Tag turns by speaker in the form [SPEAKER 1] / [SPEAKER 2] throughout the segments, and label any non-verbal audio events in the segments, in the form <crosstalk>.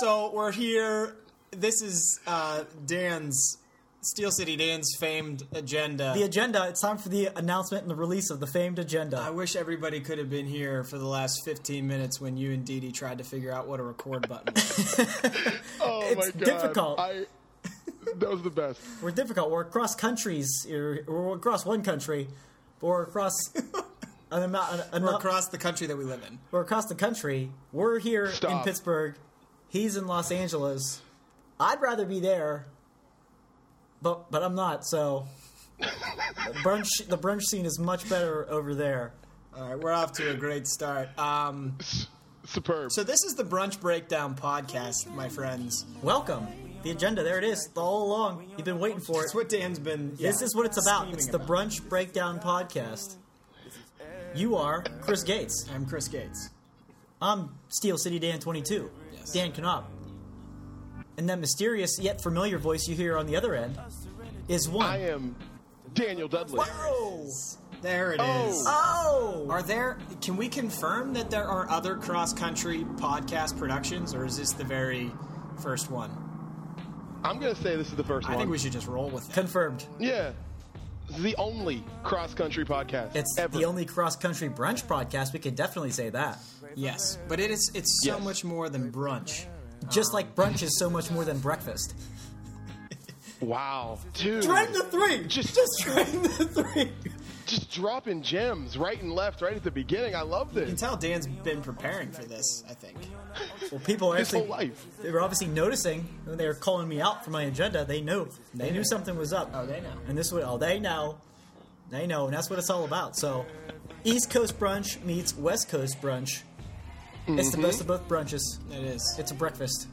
[SPEAKER 1] so we're here. This is uh, Dan's Steel City Dan's famed agenda.
[SPEAKER 2] The agenda. It's time for the announcement and the release of the famed agenda.
[SPEAKER 1] I wish everybody could have been here for the last 15 minutes when you and Dee Dee tried to figure out what a record button was.
[SPEAKER 3] Oh
[SPEAKER 2] It's
[SPEAKER 3] my god.
[SPEAKER 2] difficult.
[SPEAKER 3] I, that was the best.
[SPEAKER 2] we're difficult. We're across countries. We're we're across one country, but we're across an amount. An, an,
[SPEAKER 1] We're across the country that we live in.
[SPEAKER 2] we're across the country. We're here in
[SPEAKER 3] Stop.
[SPEAKER 2] Pittsburgh. He's in Los Angeles. I'd rather be there, but but I'm not. So the brunch the brunch scene is much better over there.
[SPEAKER 1] All right, we're off to a great start. Um,
[SPEAKER 3] Superb.
[SPEAKER 1] so this is the Brunch Breakdown podcast, my friends.
[SPEAKER 2] Welcome. The agenda. There it is. All along, you've been waiting for it.
[SPEAKER 1] It's what Dan's been. yeah,
[SPEAKER 2] This is what it's about.
[SPEAKER 1] scheming
[SPEAKER 2] It's the Brunch Breakdown Podcast. You are Chris Gates.
[SPEAKER 1] I'm Chris Gates.
[SPEAKER 2] I'm Steel City Dan 22.
[SPEAKER 1] Yes.
[SPEAKER 2] Dan Knopp. And that mysterious yet familiar voice you hear on the other end is
[SPEAKER 3] I
[SPEAKER 2] one.
[SPEAKER 3] am Daniel Dudley.
[SPEAKER 1] Oh, there it is.
[SPEAKER 3] Oh.
[SPEAKER 2] Oh!
[SPEAKER 1] Are there? Can we confirm that there are other cross-country podcast productions, or is this the very first one?
[SPEAKER 3] I'm gonna say this is the first
[SPEAKER 1] I
[SPEAKER 3] one.
[SPEAKER 1] think we should just roll with it.
[SPEAKER 2] Confirmed.
[SPEAKER 3] yeah. This is the only cross country podcast.
[SPEAKER 2] It's
[SPEAKER 3] ever.
[SPEAKER 2] the only cross country brunch podcast. We can definitely say that.
[SPEAKER 1] Yes, but it is. It's so
[SPEAKER 3] Yes.
[SPEAKER 1] much more than brunch.
[SPEAKER 2] Just like brunch is so much more than breakfast.
[SPEAKER 3] Wow.
[SPEAKER 2] three!
[SPEAKER 3] Dude. Just-
[SPEAKER 2] train the three!
[SPEAKER 3] Just dropping gems right and left, right at the beginning. I love this.
[SPEAKER 1] You can tell Dan's been preparing for this. I think.
[SPEAKER 2] Well, people
[SPEAKER 3] His
[SPEAKER 2] actually.
[SPEAKER 3] whole life.
[SPEAKER 2] they were obviously noticing when they were calling me out for my agenda. They knew. They knew something was up.
[SPEAKER 1] Oh, they know.
[SPEAKER 2] And this would. Oh, they know. They know, and that's what it's all about. So, East Coast brunch meets West Coast brunch. It's the best of both brunches.
[SPEAKER 1] It is.
[SPEAKER 2] It's a breakfast.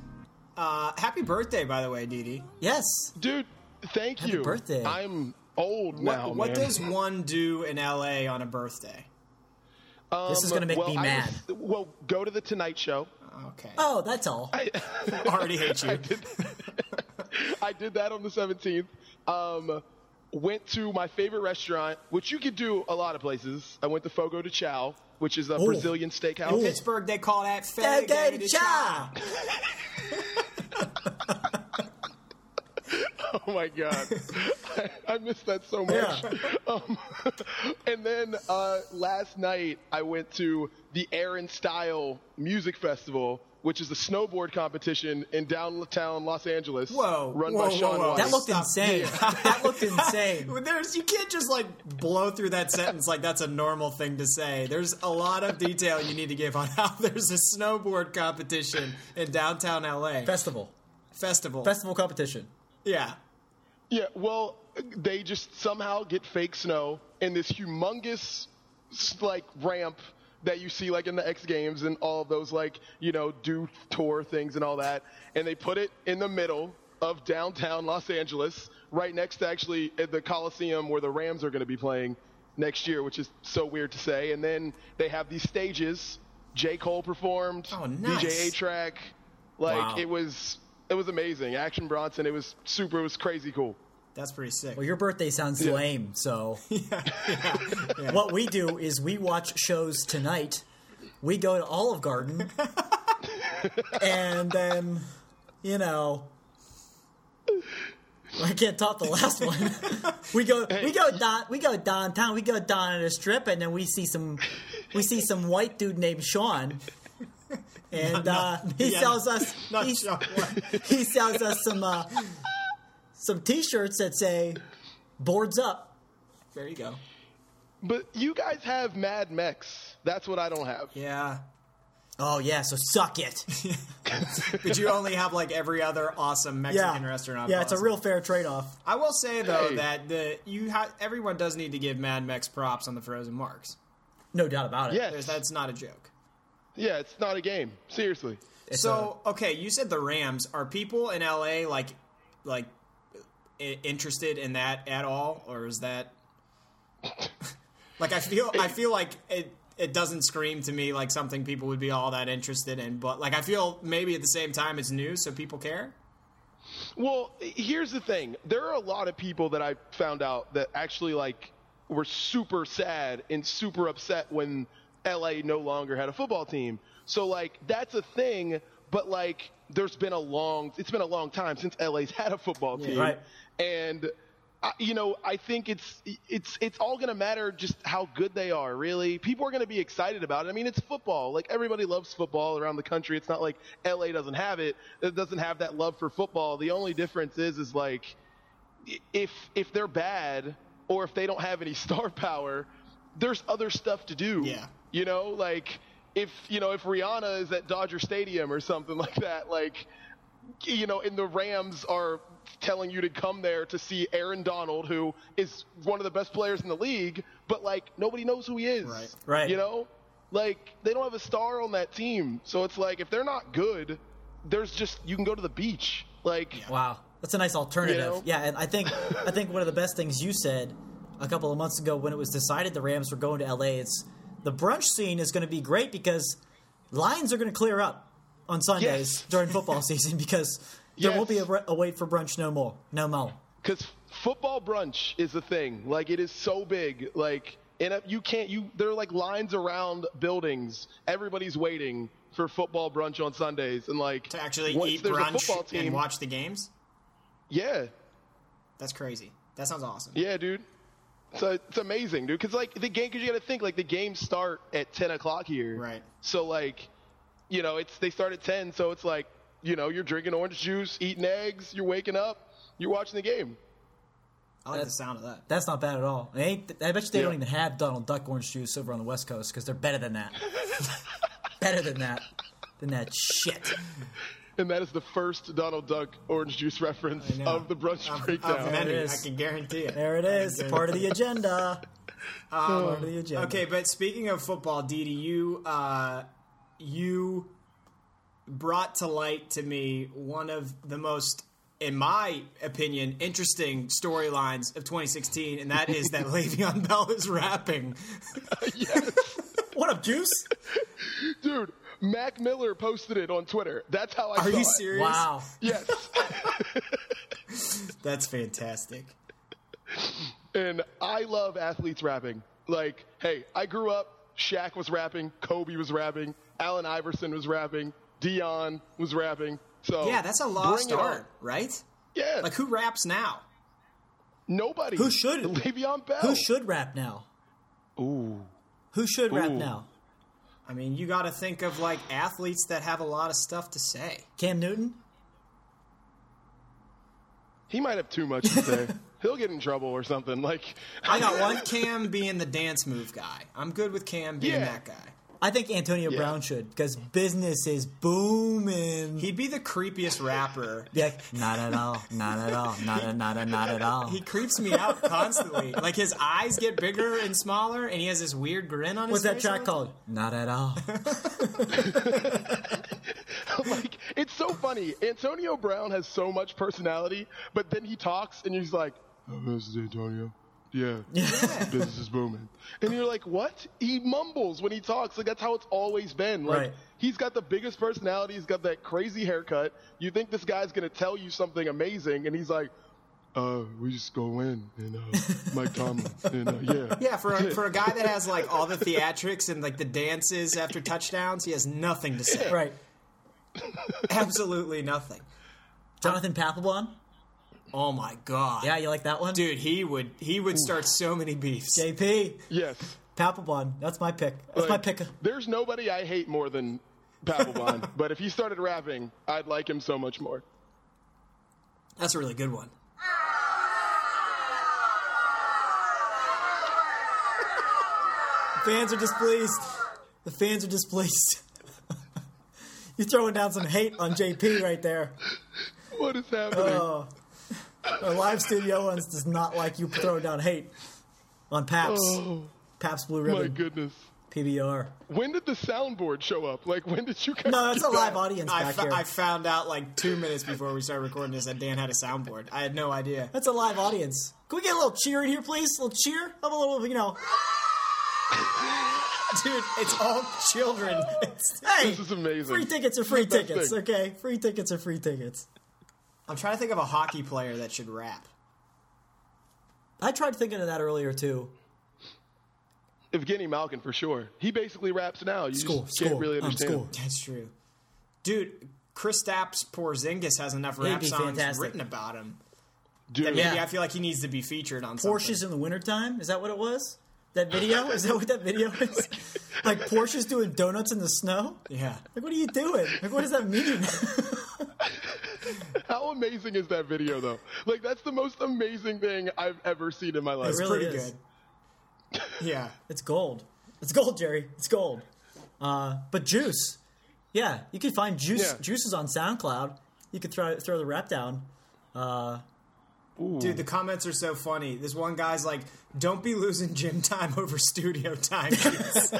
[SPEAKER 1] Uh, happy birthday, by the way, Dee Dee.
[SPEAKER 2] Yes.
[SPEAKER 3] Dude, thank
[SPEAKER 2] Happy
[SPEAKER 3] you.
[SPEAKER 2] birthday.
[SPEAKER 3] I'm old
[SPEAKER 1] What,
[SPEAKER 3] now.
[SPEAKER 1] what
[SPEAKER 3] man.
[SPEAKER 1] does one do in LA on a birthday?
[SPEAKER 2] this is
[SPEAKER 3] Um,
[SPEAKER 2] gonna make
[SPEAKER 3] well,
[SPEAKER 2] me
[SPEAKER 3] I
[SPEAKER 2] mad.
[SPEAKER 3] was- well, go to the Tonight Show.
[SPEAKER 1] Okay.
[SPEAKER 2] Oh, that's all.
[SPEAKER 1] Already hate
[SPEAKER 3] <laughs>
[SPEAKER 1] you.
[SPEAKER 3] I did that on the 17th. Um, went to my favorite restaurant, which you could do a lot of places. I went to Fogo de Chao, which is a Brazilian steakhouse.
[SPEAKER 1] Pittsburgh, they call that
[SPEAKER 2] Okay,
[SPEAKER 1] Fagate <laughs>
[SPEAKER 2] cha.
[SPEAKER 3] <laughs> Oh
[SPEAKER 1] <laughs>
[SPEAKER 3] my god, I, I missed that so much.
[SPEAKER 2] Yeah.
[SPEAKER 3] Um, <laughs> and then uh, last night I went to the Aaron Style Music Festival, which is a snowboard competition in downtown Los Angeles.
[SPEAKER 1] Whoa,
[SPEAKER 3] run
[SPEAKER 1] whoa,
[SPEAKER 3] by
[SPEAKER 1] whoa,
[SPEAKER 3] Sean
[SPEAKER 1] whoa.
[SPEAKER 3] Weiss.
[SPEAKER 2] That looked
[SPEAKER 1] Stop.
[SPEAKER 2] insane. that looked
[SPEAKER 1] <laughs>
[SPEAKER 2] insane. <laughs>
[SPEAKER 1] There's you can't just like blow through that sentence like that's a normal thing to say. There's a lot of detail you need to give on <laughs> how there's a snowboard competition in downtown LA
[SPEAKER 2] Festival.
[SPEAKER 1] festival.
[SPEAKER 2] Festival competition.
[SPEAKER 1] yeah,
[SPEAKER 3] Yeah, well, they just somehow get fake snow in this humongous s- like ramp that you see like in the X Games and all of those like you know do tour things and all that, and they put it in the middle of downtown Los Angeles, right next to actually at the Coliseum where the Rams are going to be playing next year, which is so weird to say. And then they have these stages. J Cole performed.
[SPEAKER 1] Oh, nice.
[SPEAKER 3] DJ A Track. Like
[SPEAKER 2] Wow.
[SPEAKER 3] it was. It was amazing. Action Bronson. It was super. It was crazy cool.
[SPEAKER 1] that's pretty sick.
[SPEAKER 2] Well, your birthday sounds lame, so. What we do is we watch shows tonight, we go to Olive Garden, and then, you know. I can't top the last one. we go, we go down, we go downtown, we go down at a strip, and then we see some, we see some white dude named Sean, and uh, he
[SPEAKER 1] yeah,
[SPEAKER 2] sells us, <laughs>
[SPEAKER 1] Not <laughs>
[SPEAKER 2] he-
[SPEAKER 1] sure what.
[SPEAKER 2] he sells us some uh, some T-shirts that say "Boards Up."
[SPEAKER 1] There you go.
[SPEAKER 3] But you guys have Mad Mex. That's what I don't have.
[SPEAKER 1] Yeah.
[SPEAKER 2] Oh yeah, so suck <laughs> it.
[SPEAKER 1] But you only have like every other awesome
[SPEAKER 2] Yeah,
[SPEAKER 1] Mexican restaurant.
[SPEAKER 2] yeah, it's a
[SPEAKER 1] possible.
[SPEAKER 2] real fair trade-off.
[SPEAKER 1] I will say though
[SPEAKER 3] Hey.
[SPEAKER 1] that the you ha- everyone does need to give Mad Max props on the frozen marks.
[SPEAKER 2] No doubt about it.
[SPEAKER 3] Yes.
[SPEAKER 1] There's, that's not a joke.
[SPEAKER 3] Yeah, it's not a game. Seriously.
[SPEAKER 1] so okay, you said the Rams. Are people in LA like like i- interested in that at all, or is that <laughs> like I feel I feel like it it doesn't scream to me like something people would be all that interested in, but like I feel maybe at the same time it's new, so people care.
[SPEAKER 3] Well, here's the thing. There are a lot of people that I found out that actually like were super sad and super upset when LA no longer had a football team. So like that's a thing, but like there's been a long it's been a long time since LA's had a football team,
[SPEAKER 2] right.
[SPEAKER 3] and I- you know I think it's it's it's all gonna matter just how good they are. Really, people are gonna be excited about it. I mean, it's football. Like everybody loves football around the country. It's not like LA doesn't have it. It doesn't have that love for football. The only difference is is like if if they're bad or if they don't have any <laughs> star power, there's other stuff to do.
[SPEAKER 1] Yeah.
[SPEAKER 3] You know, like if you know if Rihanna is at Dodger Stadium or something <laughs> like that, like you know, and the Rams are telling you to come there to see Aaron Donald, who is one of the best players in the league, but like nobody knows who he is.
[SPEAKER 1] Right.
[SPEAKER 2] Right.
[SPEAKER 3] You know, like they don't have a star on that team, so it's like if they're not good, there's just you can go to the beach. Like
[SPEAKER 2] Wow, that's a nice alternative.
[SPEAKER 3] You know?
[SPEAKER 2] Yeah, and I think I think one of the best things you said a couple of months ago when it was decided the Rams were going to LA is the brunch scene is going to be great because lines are going to clear up on Sundays
[SPEAKER 3] Yes. <laughs>
[SPEAKER 2] during football season because there
[SPEAKER 3] Yes.
[SPEAKER 2] won't be a, re- a wait for brunch no more. No more.
[SPEAKER 3] because football brunch is a thing. Like it is so big. Like and uh, you can't. You there are like lines around buildings. Everybody's waiting for football brunch on Sundays. And like
[SPEAKER 1] to actually
[SPEAKER 3] once
[SPEAKER 1] eat
[SPEAKER 3] there's a
[SPEAKER 1] brunch
[SPEAKER 3] football team,
[SPEAKER 1] and watch the games.
[SPEAKER 3] Yeah,
[SPEAKER 1] That's crazy. That sounds awesome.
[SPEAKER 3] yeah, dude. So it's amazing, dude. Because like the game, because you got to think like the games start at ten o'clock here.
[SPEAKER 1] Right.
[SPEAKER 3] So like, you know, it's they start at ten. So it's like, you know, you're drinking orange juice, eating eggs, you're waking up, you're watching the game.
[SPEAKER 1] I like the
[SPEAKER 2] That's-
[SPEAKER 1] sound of that.
[SPEAKER 2] That's not bad at all. It ain't, I bet you they
[SPEAKER 3] Yeah.
[SPEAKER 2] don't even have Donald Duck orange juice over on the West Coast because they're better than that. better than that. Than that shit.
[SPEAKER 3] And that is the first Donald Duck orange juice reference
[SPEAKER 1] I know.
[SPEAKER 3] of the brunch
[SPEAKER 1] Of-
[SPEAKER 3] breakdown.
[SPEAKER 1] of many,
[SPEAKER 2] There it
[SPEAKER 1] Uh, I
[SPEAKER 2] is.
[SPEAKER 1] can guarantee it.
[SPEAKER 2] There it is. Part of the agenda. part of the agenda.
[SPEAKER 1] Okay, but speaking of football, Didi, you uh, you brought to light to me one of the most, in my opinion, interesting storylines of 2016, and that is
[SPEAKER 3] <laughs>
[SPEAKER 1] that Le'Veon Bell is rapping. <laughs>
[SPEAKER 2] What up, Juice?
[SPEAKER 3] Dude, Mac Miller posted it on Twitter. That's how I saw
[SPEAKER 1] Are you
[SPEAKER 3] it.
[SPEAKER 1] serious?
[SPEAKER 2] Wow.
[SPEAKER 3] Yes. <laughs>
[SPEAKER 1] that's fantastic.
[SPEAKER 3] and I love athletes rapping. Like, hey, I grew up, Shaq was rapping, Kobe was rapping, Allen Iverson was rapping, Dion was rapping. So
[SPEAKER 1] Yeah, that's a lost
[SPEAKER 3] Oh, bring it on.
[SPEAKER 1] art, right?
[SPEAKER 3] Yeah.
[SPEAKER 1] Like who raps now?
[SPEAKER 3] nobody.
[SPEAKER 2] Who should?
[SPEAKER 3] <laughs> Le'Veon Bell.
[SPEAKER 2] Who should rap now?
[SPEAKER 3] Ooh.
[SPEAKER 2] Who should rap
[SPEAKER 3] Ooh.
[SPEAKER 2] now?
[SPEAKER 1] I mean, you got to think of like athletes that have a lot of stuff to say.
[SPEAKER 2] Cam Newton?
[SPEAKER 3] He might have too much
[SPEAKER 1] <laughs>
[SPEAKER 3] to say. He'll get in trouble or something. Like
[SPEAKER 1] I got
[SPEAKER 3] <laughs>
[SPEAKER 1] one Cam being the dance move guy. I'm good with Cam being
[SPEAKER 3] Yeah.
[SPEAKER 1] that guy.
[SPEAKER 2] I think Antonio
[SPEAKER 3] Yeah.
[SPEAKER 2] Brown should because business is booming.
[SPEAKER 1] He'd be the creepiest rapper.
[SPEAKER 2] Be like, not at all, not at all, not at, not at, not at all.
[SPEAKER 1] He creeps me out constantly. Like his eyes get bigger and smaller, and he has this weird grin on
[SPEAKER 2] What's
[SPEAKER 1] his
[SPEAKER 2] that
[SPEAKER 1] face.
[SPEAKER 2] track called? Not at all.
[SPEAKER 3] <laughs> like it's so funny. Antonio Brown has so much personality, but then he talks and he's like, oh, "This is Antonio." Yeah, business is booming, and you're like, "What?" He mumbles when he talks. Like that's how it's always been. Like
[SPEAKER 2] Right.
[SPEAKER 3] he's got the biggest personality. He's got that crazy haircut. You think this guy's gonna tell you something amazing, and he's like, "Uh, we just go in and uh, Mike Tomlin and uh, yeah,
[SPEAKER 1] Yeah, for a, for a guy that has like all the theatrics and like the dances after touchdowns, he has nothing to
[SPEAKER 2] <laughs>
[SPEAKER 1] say.
[SPEAKER 2] right.
[SPEAKER 1] Absolutely nothing.
[SPEAKER 2] Jonathan Papelbon?
[SPEAKER 1] Oh my god.
[SPEAKER 2] Yeah, you like that one?
[SPEAKER 1] Dude, he would he would start so many beefs.
[SPEAKER 2] JP,
[SPEAKER 3] yes."
[SPEAKER 2] Papelbon. That's my pick. That's my
[SPEAKER 3] Like,
[SPEAKER 2] pick.
[SPEAKER 3] There's nobody I hate more than Papelbon,
[SPEAKER 2] <laughs>
[SPEAKER 3] but if he started rapping, I'd like him so much more.
[SPEAKER 1] That's a really good one.
[SPEAKER 2] Fans are displeased. The fans are displeased. <laughs> You're throwing down some hate on JP right there.
[SPEAKER 3] What is happening?
[SPEAKER 2] Oh. Our live studio audience does not like you throwing down hate on Paps.
[SPEAKER 3] Oh.
[SPEAKER 2] Paps Blue
[SPEAKER 3] My
[SPEAKER 2] Ribbon,
[SPEAKER 3] goodness.
[SPEAKER 2] PBR.
[SPEAKER 3] When did the soundboard show up? Like, when did you guys?
[SPEAKER 2] No, that's
[SPEAKER 3] get
[SPEAKER 2] a live
[SPEAKER 3] that?
[SPEAKER 2] audience
[SPEAKER 1] I,
[SPEAKER 2] back
[SPEAKER 1] fo-
[SPEAKER 2] here.
[SPEAKER 1] I found out like two minutes before we started recording this that Dan had a soundboard. I had no
[SPEAKER 2] <laughs>
[SPEAKER 1] idea.
[SPEAKER 2] that's a live audience. Can we get a little cheer in here, please? A little cheer? Have a little, you know.
[SPEAKER 1] Dude, it's all children.
[SPEAKER 2] Hey,
[SPEAKER 3] This is amazing.
[SPEAKER 2] free tickets are free
[SPEAKER 3] This is the
[SPEAKER 2] tickets.
[SPEAKER 3] best
[SPEAKER 2] Okay, free tickets are free tickets.
[SPEAKER 1] I'm trying to think of a hockey player that should rap.
[SPEAKER 2] I tried thinking of that earlier too.
[SPEAKER 3] Evgeny Malkin for sure. He basically raps now. You
[SPEAKER 2] School,
[SPEAKER 3] just can't
[SPEAKER 2] school,
[SPEAKER 3] really
[SPEAKER 2] um,
[SPEAKER 3] understand.
[SPEAKER 2] school.
[SPEAKER 1] That's true. Dude, Kristaps Porzingis has enough rap
[SPEAKER 2] be
[SPEAKER 1] songs
[SPEAKER 2] fantastic.
[SPEAKER 1] written about him.
[SPEAKER 3] Dude,
[SPEAKER 1] Maybe
[SPEAKER 2] Yeah.
[SPEAKER 1] I feel like he needs to be featured on something.
[SPEAKER 2] Porsches in the wintertime? Is that what it was? That video? Is that what that video is? like Porsches doing donuts in the snow?
[SPEAKER 1] Yeah.
[SPEAKER 2] Like what are you doing? Like what does that mean?
[SPEAKER 3] how amazing is that video though? Like that's the most amazing thing I've ever seen in my life.
[SPEAKER 2] It really
[SPEAKER 1] Pretty
[SPEAKER 2] is.
[SPEAKER 1] good. Yeah.
[SPEAKER 2] It's gold. It's gold, Jerry. It's gold. Uh, but Juice, yeah, you can find Juice.
[SPEAKER 3] Yeah.
[SPEAKER 2] Juice is on SoundCloud. You could throw throw the rap down.
[SPEAKER 1] Dude, the comments are so funny. This one guy's like, don't be losing gym time over studio time. <laughs> kids."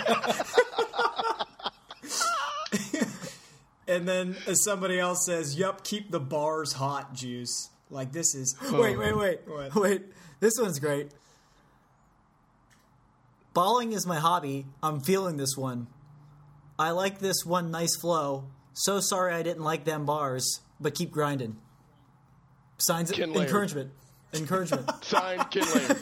[SPEAKER 1] and then somebody else says, yup, keep the bars hot, Juice. Like, this is.
[SPEAKER 2] Wait, wait, wait,
[SPEAKER 1] What?
[SPEAKER 2] <laughs> wait. This one's great. Balling is my hobby. I'm feeling this one. I like this one nice flow. So sorry I didn't like them bars, but keep grinding. Signs of
[SPEAKER 3] Ken Laird.
[SPEAKER 2] encouragement.
[SPEAKER 3] <laughs>
[SPEAKER 2] Encouragement. <laughs>
[SPEAKER 3] Signed, Ken Lane.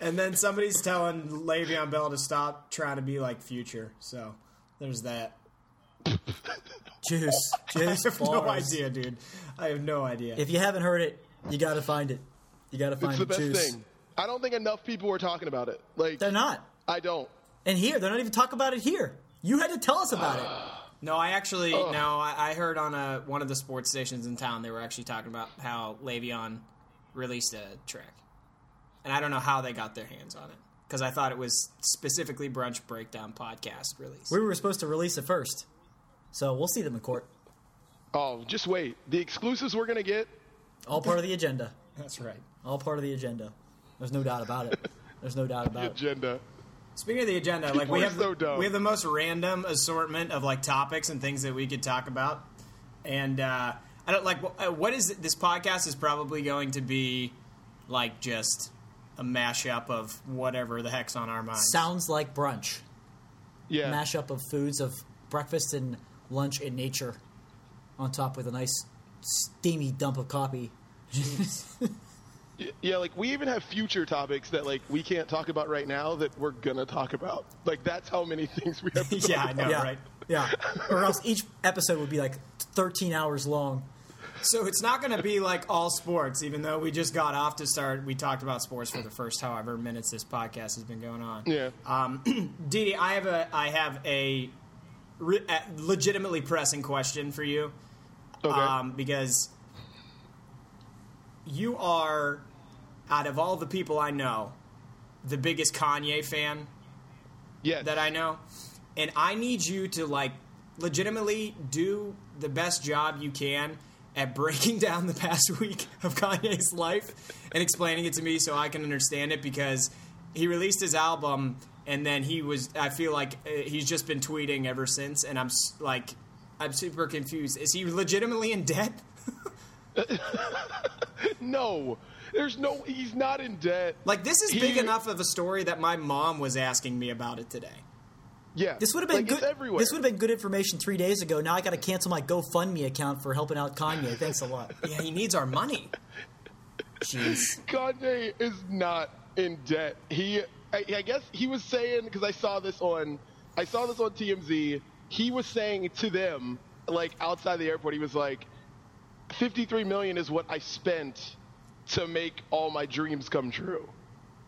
[SPEAKER 1] And then somebody's telling Le'Veon Bell to stop trying to be like Future. So there's that. <laughs>
[SPEAKER 2] juice. Juice.
[SPEAKER 1] I have no
[SPEAKER 2] bars.
[SPEAKER 1] idea, dude. I have no idea.
[SPEAKER 2] If you haven't heard it, you got to find it. You got to find
[SPEAKER 3] It's the best
[SPEAKER 2] Juice.
[SPEAKER 3] thing. I don't think enough people are talking about it. Like
[SPEAKER 2] They're not.
[SPEAKER 3] I don't.
[SPEAKER 2] And here, they're not even talking about it here. You had to tell us about
[SPEAKER 3] <sighs>
[SPEAKER 2] it.
[SPEAKER 1] No, I actually no. I, I heard on a one of the sports stations in town they were actually talking about how Le'Veon released a track, and I don't know how they got their hands on it because I thought it was specifically Brunch Breakdown podcast release.
[SPEAKER 2] We were supposed to release it first. So we'll see them in court.
[SPEAKER 3] Oh, just wait. The exclusives we're gonna get.
[SPEAKER 2] All part of the agenda.
[SPEAKER 1] That's right.
[SPEAKER 2] All part of the agenda. There's no doubt about it. There's no doubt about it.
[SPEAKER 3] Agenda.
[SPEAKER 1] Speaking of the agenda, like
[SPEAKER 3] People
[SPEAKER 1] we
[SPEAKER 3] are
[SPEAKER 1] have
[SPEAKER 3] so dumb.
[SPEAKER 1] we have the most random assortment of like topics and things that we could talk about, and uh, I don't like wh- uh, what is this podcast is probably going to be like just a mashup of whatever the heck's on our minds.
[SPEAKER 2] Sounds like brunch.
[SPEAKER 3] Yeah.
[SPEAKER 2] Mashup of foods of breakfast and lunch in nature on top with a nice steamy dump of coffee.
[SPEAKER 3] Yeah, like we even have future topics that like we can't talk about right now that we're gonna talk about. Like that's how many <laughs> things we have. To talk
[SPEAKER 1] <laughs> yeah, I know,
[SPEAKER 2] <laughs> <laughs> yeah.
[SPEAKER 1] right?
[SPEAKER 2] Yeah. Or else each episode would be like 13 hours long.
[SPEAKER 1] So it's not going to be like all sports, even though we just got off to start. We talked about sports for the first however minutes this podcast has been going on.
[SPEAKER 3] Yeah.
[SPEAKER 2] Uh,
[SPEAKER 1] Didi, I have a I have a, re- a legitimately pressing question for you
[SPEAKER 3] okay.
[SPEAKER 1] um, because you are, out of all the people I know, the biggest Kanye fan
[SPEAKER 3] yes.
[SPEAKER 1] that I know, and I need you to like legitimately do the best job you can at breaking <laughs> down the past week of Kanye's life and explaining it to me so I can understand it because he released his album and then he was I feel like uh, he's just been tweeting ever since and I'm s- like I'm super confused. Is he legitimately in debt?
[SPEAKER 3] no, there's no. He's not in debt.
[SPEAKER 1] Like this is
[SPEAKER 3] He-
[SPEAKER 1] big enough of a story that my mom was asking me about it today.
[SPEAKER 3] Yeah.
[SPEAKER 2] This would have been
[SPEAKER 3] like, It's
[SPEAKER 2] good.
[SPEAKER 3] everywhere.
[SPEAKER 2] This would have been good information three days ago. Now I got to cancel my GoFundMe account for helping out Kanye. Thanks a lot.
[SPEAKER 1] Yeah, he needs our money. Jeez.
[SPEAKER 3] Kanye is not in debt. He, I, I guess he was saying because I saw this on, I saw this on TMZ. He was saying to them, like outside the airport, he was like, "53 million is what I spent to make all my dreams come true."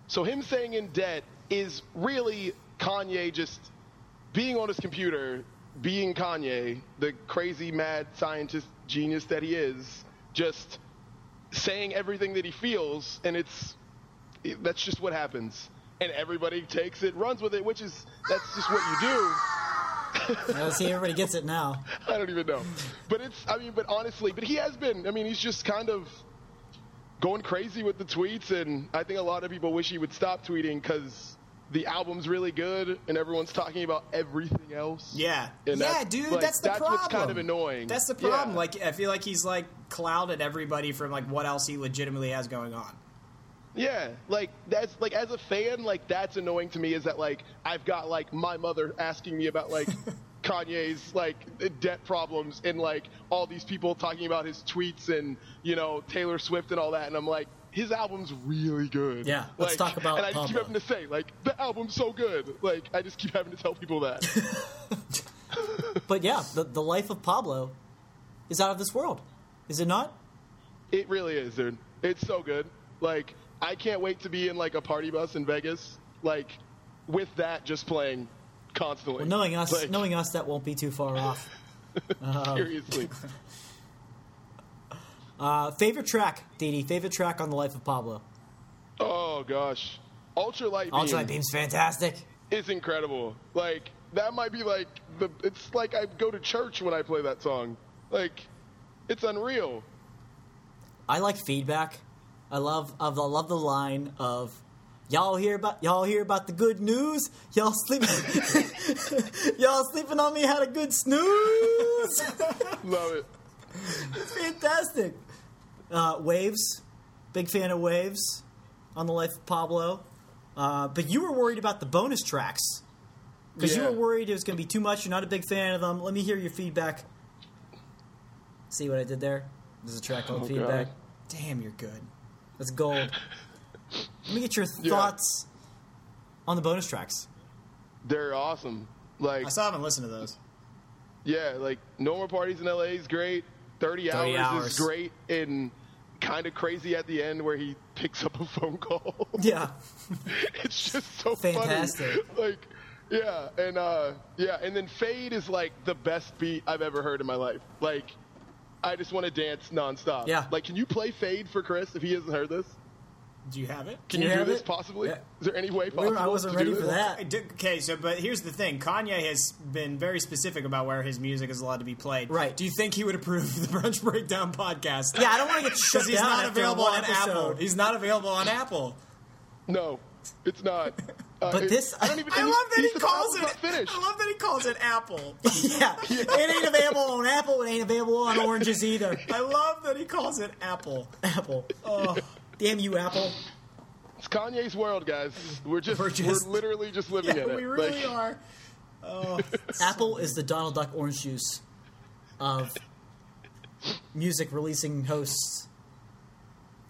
[SPEAKER 3] So him saying in debt is really Kanye just being on his computer, being Kanye, the crazy mad scientist genius that he is, just saying everything that he feels, and it's it- that's just what happens. And everybody takes it, runs with it, which is that's just what you do.
[SPEAKER 2] I see everybody gets it now.
[SPEAKER 3] <laughs> I don't even know. But it's, I mean, but honestly, but he has been. I mean, he's just kind of going crazy with the tweets, and I think a lot of people wish he would stop tweeting because the album's really good, and everyone's talking about everything else.
[SPEAKER 1] Yeah.
[SPEAKER 3] And
[SPEAKER 1] yeah,
[SPEAKER 3] that's-
[SPEAKER 1] dude,
[SPEAKER 3] like,
[SPEAKER 1] that's the
[SPEAKER 3] that's
[SPEAKER 1] problem.
[SPEAKER 3] what's kind of annoying.
[SPEAKER 1] That's the problem.
[SPEAKER 3] Yeah.
[SPEAKER 1] Like I feel like he's like clouded everybody from like what else he legitimately has going on.
[SPEAKER 3] Yeah, like that's like as a fan, like that's annoying to me. Is that like I've got like my mother asking me about
[SPEAKER 2] <laughs>
[SPEAKER 3] like Kanye's like debt problems and like all these people talking about his tweets and you know Taylor Swift and all that, and I'm like. His album's really good.
[SPEAKER 2] Yeah, let's
[SPEAKER 3] Like,
[SPEAKER 2] talk about
[SPEAKER 3] And I just keep
[SPEAKER 2] Pablo.
[SPEAKER 3] having to say, like, the album's so good. Like, I just keep having to tell people that.
[SPEAKER 2] but yeah, the, the life of Pablo is out of this world, is it not?
[SPEAKER 3] It really is, dude. It's so good. Like, I can't wait to be in like a party bus in Vegas, like with that just playing constantly.
[SPEAKER 2] Well, knowing us,
[SPEAKER 3] Like,
[SPEAKER 2] knowing us, that won't be too far off. <laughs>
[SPEAKER 3] seriously.
[SPEAKER 2] Uh, favorite track, Didi. Favorite track on the life of Pablo.
[SPEAKER 3] oh gosh, Ultra Light Beam
[SPEAKER 2] Ultralight Beam's fantastic.
[SPEAKER 3] is incredible. Like that might be like the. It's like I go to church when I play that song. Like, it's unreal.
[SPEAKER 2] I like feedback. I love I love the line of y'all hear about y'all hear about the good news. Y'all sleeping <laughs> y'all sleeping on me had a good snooze. <laughs>
[SPEAKER 3] Love it.
[SPEAKER 2] Fantastic. Uh, waves, big fan of waves on the life of Pablo. Uh, but you were worried about the bonus tracks because
[SPEAKER 3] Yeah.
[SPEAKER 2] you were worried it was going to be too much. You're not a big fan of them. Let me hear your feedback. See what I did there? There's a track called
[SPEAKER 3] Oh,
[SPEAKER 2] feedback.
[SPEAKER 3] God.
[SPEAKER 1] Damn, you're good.
[SPEAKER 2] That's
[SPEAKER 3] <laughs>
[SPEAKER 2] gold. Let me get your thoughts on the bonus tracks.
[SPEAKER 3] They're awesome. Like
[SPEAKER 1] I still haven't listened to those.
[SPEAKER 3] Yeah, like normal parties in LA is great. Thirty, hours,
[SPEAKER 1] hours.
[SPEAKER 3] is great, and kind of crazy at the end where he picks up a phone call. <laughs>
[SPEAKER 2] Yeah.
[SPEAKER 3] it's just so
[SPEAKER 2] Fantastic.
[SPEAKER 3] Funny. Like, yeah, and uh, yeah, and then fade is like the best beat I've ever heard in my life. Like, I just want to dance nonstop.
[SPEAKER 2] Yeah.
[SPEAKER 3] Like, can you play fade for Chris if he hasn't heard this?
[SPEAKER 1] Do you have it?
[SPEAKER 3] Can
[SPEAKER 2] you
[SPEAKER 3] you, do
[SPEAKER 2] have
[SPEAKER 3] this
[SPEAKER 2] it?
[SPEAKER 3] possibly?
[SPEAKER 2] Yeah.
[SPEAKER 3] Is there any way
[SPEAKER 2] We
[SPEAKER 3] possible?
[SPEAKER 2] were- I wasn't
[SPEAKER 3] to
[SPEAKER 2] ready
[SPEAKER 3] do
[SPEAKER 2] for
[SPEAKER 3] this?
[SPEAKER 1] I
[SPEAKER 2] that. <laughs>
[SPEAKER 1] did- Okay, so but here's the thing: Kanye has been very specific about where his music is allowed to be played.
[SPEAKER 2] Right.
[SPEAKER 1] Do you think he would approve of the <laughs> Brunch Breakdown podcast?
[SPEAKER 2] Yeah, I don't want to
[SPEAKER 1] <laughs>
[SPEAKER 2] get shut
[SPEAKER 1] because
[SPEAKER 2] down.
[SPEAKER 1] he's not
[SPEAKER 2] after
[SPEAKER 1] available
[SPEAKER 2] one
[SPEAKER 1] on
[SPEAKER 2] episode.
[SPEAKER 1] Apple. He's not available on Apple.
[SPEAKER 3] No,
[SPEAKER 2] <laughs>
[SPEAKER 3] it's not. Uh,
[SPEAKER 2] But
[SPEAKER 3] it-
[SPEAKER 2] this-
[SPEAKER 3] I don't
[SPEAKER 2] <laughs>
[SPEAKER 3] even.
[SPEAKER 1] I
[SPEAKER 3] and
[SPEAKER 1] love that he
[SPEAKER 3] said the
[SPEAKER 1] calls
[SPEAKER 3] album's
[SPEAKER 1] it.
[SPEAKER 3] not finished.
[SPEAKER 1] I love that he calls it <laughs> Apple.
[SPEAKER 3] <laughs>
[SPEAKER 2] yeah. It ain't available on Apple. It ain't available on Oranges either.
[SPEAKER 1] I love that he calls it Apple.
[SPEAKER 2] Apple. Oh, damn you, Apple.
[SPEAKER 3] It's Kanye's world, guys. We're just
[SPEAKER 1] We're
[SPEAKER 3] we're,
[SPEAKER 1] just-
[SPEAKER 3] literally just living
[SPEAKER 1] Yeah,
[SPEAKER 3] in it.
[SPEAKER 1] we really
[SPEAKER 3] Like,
[SPEAKER 1] are.
[SPEAKER 2] Apple is the Donald Duck orange juice of music releasing hosts.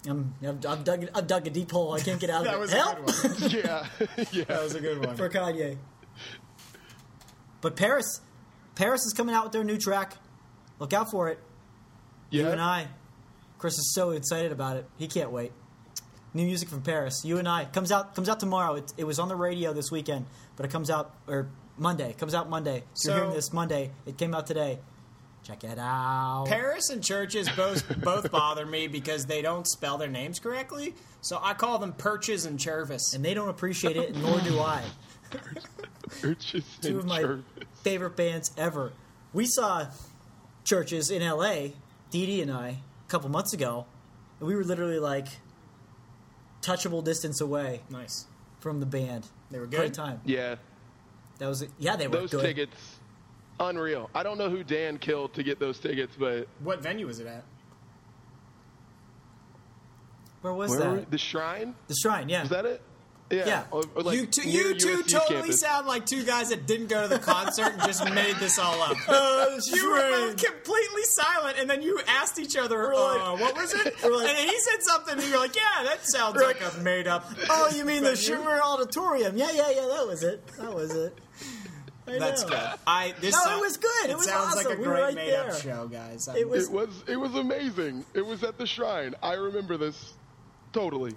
[SPEAKER 2] I'm, I've, I've, dug, I've dug a deep hole. I can't get
[SPEAKER 1] <laughs>
[SPEAKER 2] out of
[SPEAKER 1] That
[SPEAKER 2] it.
[SPEAKER 1] was
[SPEAKER 2] Help!
[SPEAKER 1] a good one.
[SPEAKER 3] <laughs> Yeah, <laughs>
[SPEAKER 1] That
[SPEAKER 3] yeah.
[SPEAKER 1] was a good one.
[SPEAKER 2] for Kanye. But Paris, Paris is coming out with their new track. Look out for it. You and I. Chris is so excited about it. He can't wait. New music from Paris. You and I comes out comes out tomorrow. It, it was on the radio this weekend, but it comes out or Monday. It comes out Monday. So, you're
[SPEAKER 1] So-
[SPEAKER 2] hearing this Monday. It came out today. Check it out.
[SPEAKER 1] Paris and churches both both bother me because they don't spell their names correctly. So I call them Perches and Chervis.
[SPEAKER 2] and they don't appreciate it, nor
[SPEAKER 1] <laughs>
[SPEAKER 2] do I.
[SPEAKER 3] Urchins
[SPEAKER 2] two
[SPEAKER 3] and
[SPEAKER 2] of my
[SPEAKER 3] Jervis.
[SPEAKER 2] favorite bands ever. We saw churches in LA, Dee Dee and I, a couple months ago, and we were literally like touchable distance away
[SPEAKER 1] Nice.
[SPEAKER 2] from the band.
[SPEAKER 1] They were
[SPEAKER 2] Great
[SPEAKER 1] good?
[SPEAKER 2] time.
[SPEAKER 3] Yeah,
[SPEAKER 2] That was yeah, they were
[SPEAKER 3] those
[SPEAKER 2] good.
[SPEAKER 3] tickets, unreal. I don't know who Dan killed to get those tickets, but
[SPEAKER 1] What venue was it at?
[SPEAKER 2] Where was
[SPEAKER 3] where were-
[SPEAKER 2] that?
[SPEAKER 3] the Shrine
[SPEAKER 2] the Shrine, yeah.
[SPEAKER 3] is that it? Yeah,
[SPEAKER 2] Yeah.
[SPEAKER 3] Or, or like
[SPEAKER 1] you two,
[SPEAKER 3] near
[SPEAKER 1] you two
[SPEAKER 3] USC's
[SPEAKER 1] totally
[SPEAKER 3] campus.
[SPEAKER 1] sound like two guys that didn't go to the concert and just made this all up. you were both completely silent, and then you asked each other,
[SPEAKER 2] like-
[SPEAKER 1] uh, "What was it?"
[SPEAKER 2] <laughs> we're like-
[SPEAKER 1] and he said something, and you're like, "Yeah, that sounds like a made
[SPEAKER 2] <laughs>
[SPEAKER 1] up."
[SPEAKER 2] Oh, you mean the
[SPEAKER 1] venue?
[SPEAKER 2] Schumer Auditorium? Yeah, yeah, yeah. That was it. That was it. I
[SPEAKER 1] That's
[SPEAKER 2] know.
[SPEAKER 1] good. I this
[SPEAKER 2] No, it
[SPEAKER 1] sound-
[SPEAKER 2] was good. It was
[SPEAKER 1] sounds like
[SPEAKER 2] awesome.
[SPEAKER 1] a
[SPEAKER 2] We
[SPEAKER 1] great
[SPEAKER 2] were right
[SPEAKER 1] made up
[SPEAKER 2] there.
[SPEAKER 1] show, guys. I'm-
[SPEAKER 2] It was
[SPEAKER 3] It was it was amazing. It was at the Shrine. I remember this totally.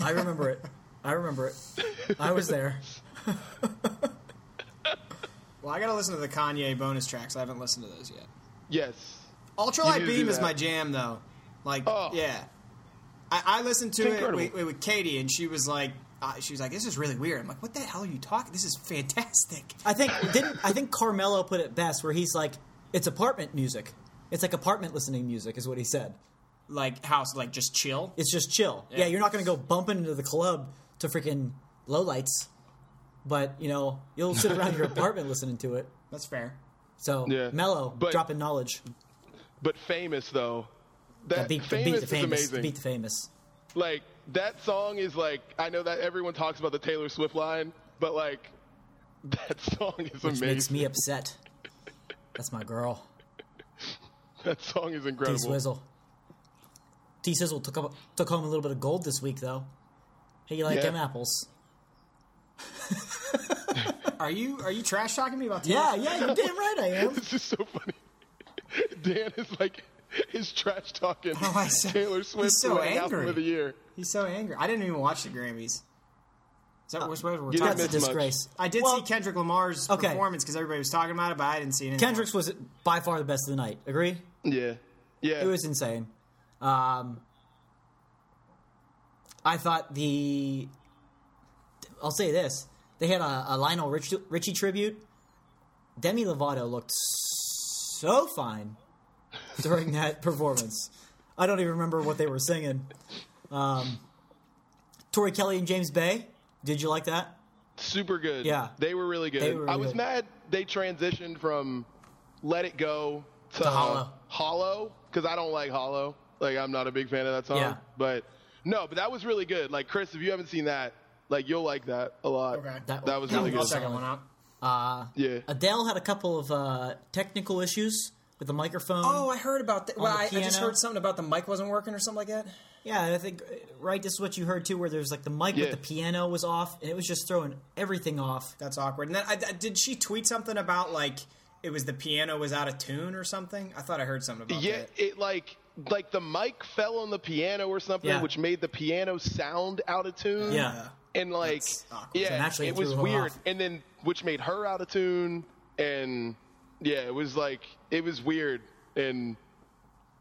[SPEAKER 2] I remember it. I remember it. I was there.
[SPEAKER 1] Well, I gotta listen to the Kanye bonus tracks. I haven't listened to those yet.
[SPEAKER 3] Yes,
[SPEAKER 1] Ultralight
[SPEAKER 3] You need to
[SPEAKER 1] Beam
[SPEAKER 3] do
[SPEAKER 1] is
[SPEAKER 3] that.
[SPEAKER 1] my jam, though. Like,
[SPEAKER 3] Oh.
[SPEAKER 1] yeah. I, I listened to it
[SPEAKER 3] incredible.
[SPEAKER 1] with, with Katie, and she was like, uh, she was like, this is really weird. I'm like, what the hell are you talking? This is fantastic. <laughs>
[SPEAKER 2] I think didn't I think Carmelo put it best where he's like, it's apartment music. It's like apartment listening music is what he said.
[SPEAKER 1] Like, house, like, just chill.
[SPEAKER 2] It's just chill. Yeah, you're not gonna go bumping into the club to freaking lowlights, but you know you'll sit around
[SPEAKER 3] <laughs>
[SPEAKER 2] your apartment listening to it.
[SPEAKER 1] That's fair.
[SPEAKER 2] So
[SPEAKER 3] Yeah.
[SPEAKER 2] mellow,
[SPEAKER 3] But-
[SPEAKER 2] dropping knowledge.
[SPEAKER 3] but famous though. That
[SPEAKER 2] Beat,
[SPEAKER 3] uh, famous,
[SPEAKER 2] beat the famous.
[SPEAKER 3] is amazing.
[SPEAKER 2] Beat the famous.
[SPEAKER 3] like that song is like I know that everyone talks about the Taylor Swift line, but like <laughs> that song is
[SPEAKER 2] Which
[SPEAKER 3] amazing.
[SPEAKER 2] makes me upset. That's my girl.
[SPEAKER 3] that song is
[SPEAKER 2] T
[SPEAKER 3] incredible.
[SPEAKER 2] Swizzle. T Sizzle took up, took home a little bit of gold this week though. Hey, you like
[SPEAKER 3] Yeah.
[SPEAKER 2] them apples?
[SPEAKER 1] Are you are you trash talking me about?
[SPEAKER 2] Yeah, yeah, you're damn right I
[SPEAKER 3] <laughs>
[SPEAKER 2] am.
[SPEAKER 3] <laughs> This is so funny. Dan is like is trash talking
[SPEAKER 1] Oh, I see.
[SPEAKER 3] Taylor
[SPEAKER 1] He's
[SPEAKER 3] Swift
[SPEAKER 1] so
[SPEAKER 3] winning album
[SPEAKER 1] angry.
[SPEAKER 3] of the year.
[SPEAKER 1] He's so angry. I didn't even watch the Grammys. Is that we're supposed to- we're
[SPEAKER 3] you
[SPEAKER 1] talking
[SPEAKER 3] didn't
[SPEAKER 2] That's
[SPEAKER 1] about?
[SPEAKER 2] a
[SPEAKER 3] miss much.
[SPEAKER 2] disgrace.
[SPEAKER 1] I did
[SPEAKER 2] Well,
[SPEAKER 1] see Kendrick Lamar's
[SPEAKER 2] Okay.
[SPEAKER 1] performance because everybody was talking about it, but I didn't see it. anymore.
[SPEAKER 2] Kendrick's was by far the best of the night. Agree?
[SPEAKER 3] Yeah, yeah.
[SPEAKER 2] It was insane. Um, I thought the. I'll say this: they had a, a Lionel Rich, Richie tribute. Demi Lovato looked so fine during that performance. I don't even remember what they were singing. Um, Tori Kelly and James Bay. Did you like that?
[SPEAKER 3] super good.
[SPEAKER 2] Yeah.
[SPEAKER 3] they were really good.
[SPEAKER 2] They were
[SPEAKER 3] I was
[SPEAKER 2] good.
[SPEAKER 3] mad they transitioned from Let It Go to,
[SPEAKER 2] Hollow.
[SPEAKER 3] Hollow because I don't like Hollow. Like I'm not a big fan of that song.
[SPEAKER 2] Yeah.
[SPEAKER 3] But no, but that was really good. Like Chris, if you haven't seen that, like you'll like that a lot.
[SPEAKER 1] Okay.
[SPEAKER 3] That,
[SPEAKER 2] That-
[SPEAKER 3] was
[SPEAKER 2] that <clears throat>
[SPEAKER 3] really
[SPEAKER 1] I'll
[SPEAKER 3] good.
[SPEAKER 2] was
[SPEAKER 1] check that one out.
[SPEAKER 3] Yeah.
[SPEAKER 2] Adele had a couple of uh, technical issues with the microphone.
[SPEAKER 1] Oh, I heard about that. Well,
[SPEAKER 2] the
[SPEAKER 1] I, I just
[SPEAKER 2] piano?
[SPEAKER 1] heard something about the mic wasn't working or something like that.
[SPEAKER 2] Yeah, I think uh, right. This is what you heard too, where there's like the mic with
[SPEAKER 3] Yeah.
[SPEAKER 2] the piano was off, and it was just throwing everything off.
[SPEAKER 1] That's awkward. And then I, I- did she tweet something about like it was the piano was out of tune or something? I thought I heard something about
[SPEAKER 3] Yeah,
[SPEAKER 1] that.
[SPEAKER 3] it like like the mic fell on the piano or something,
[SPEAKER 2] Yeah.
[SPEAKER 3] which made the piano sound out of tune.
[SPEAKER 1] Uh,
[SPEAKER 2] Yeah.
[SPEAKER 3] and like
[SPEAKER 1] That's awkward.
[SPEAKER 3] yeah,
[SPEAKER 2] So naturally
[SPEAKER 3] it
[SPEAKER 2] it threw
[SPEAKER 3] was
[SPEAKER 2] her
[SPEAKER 3] weird.
[SPEAKER 2] off.
[SPEAKER 3] And then which made her out of tune, and yeah, it was like it was weird, and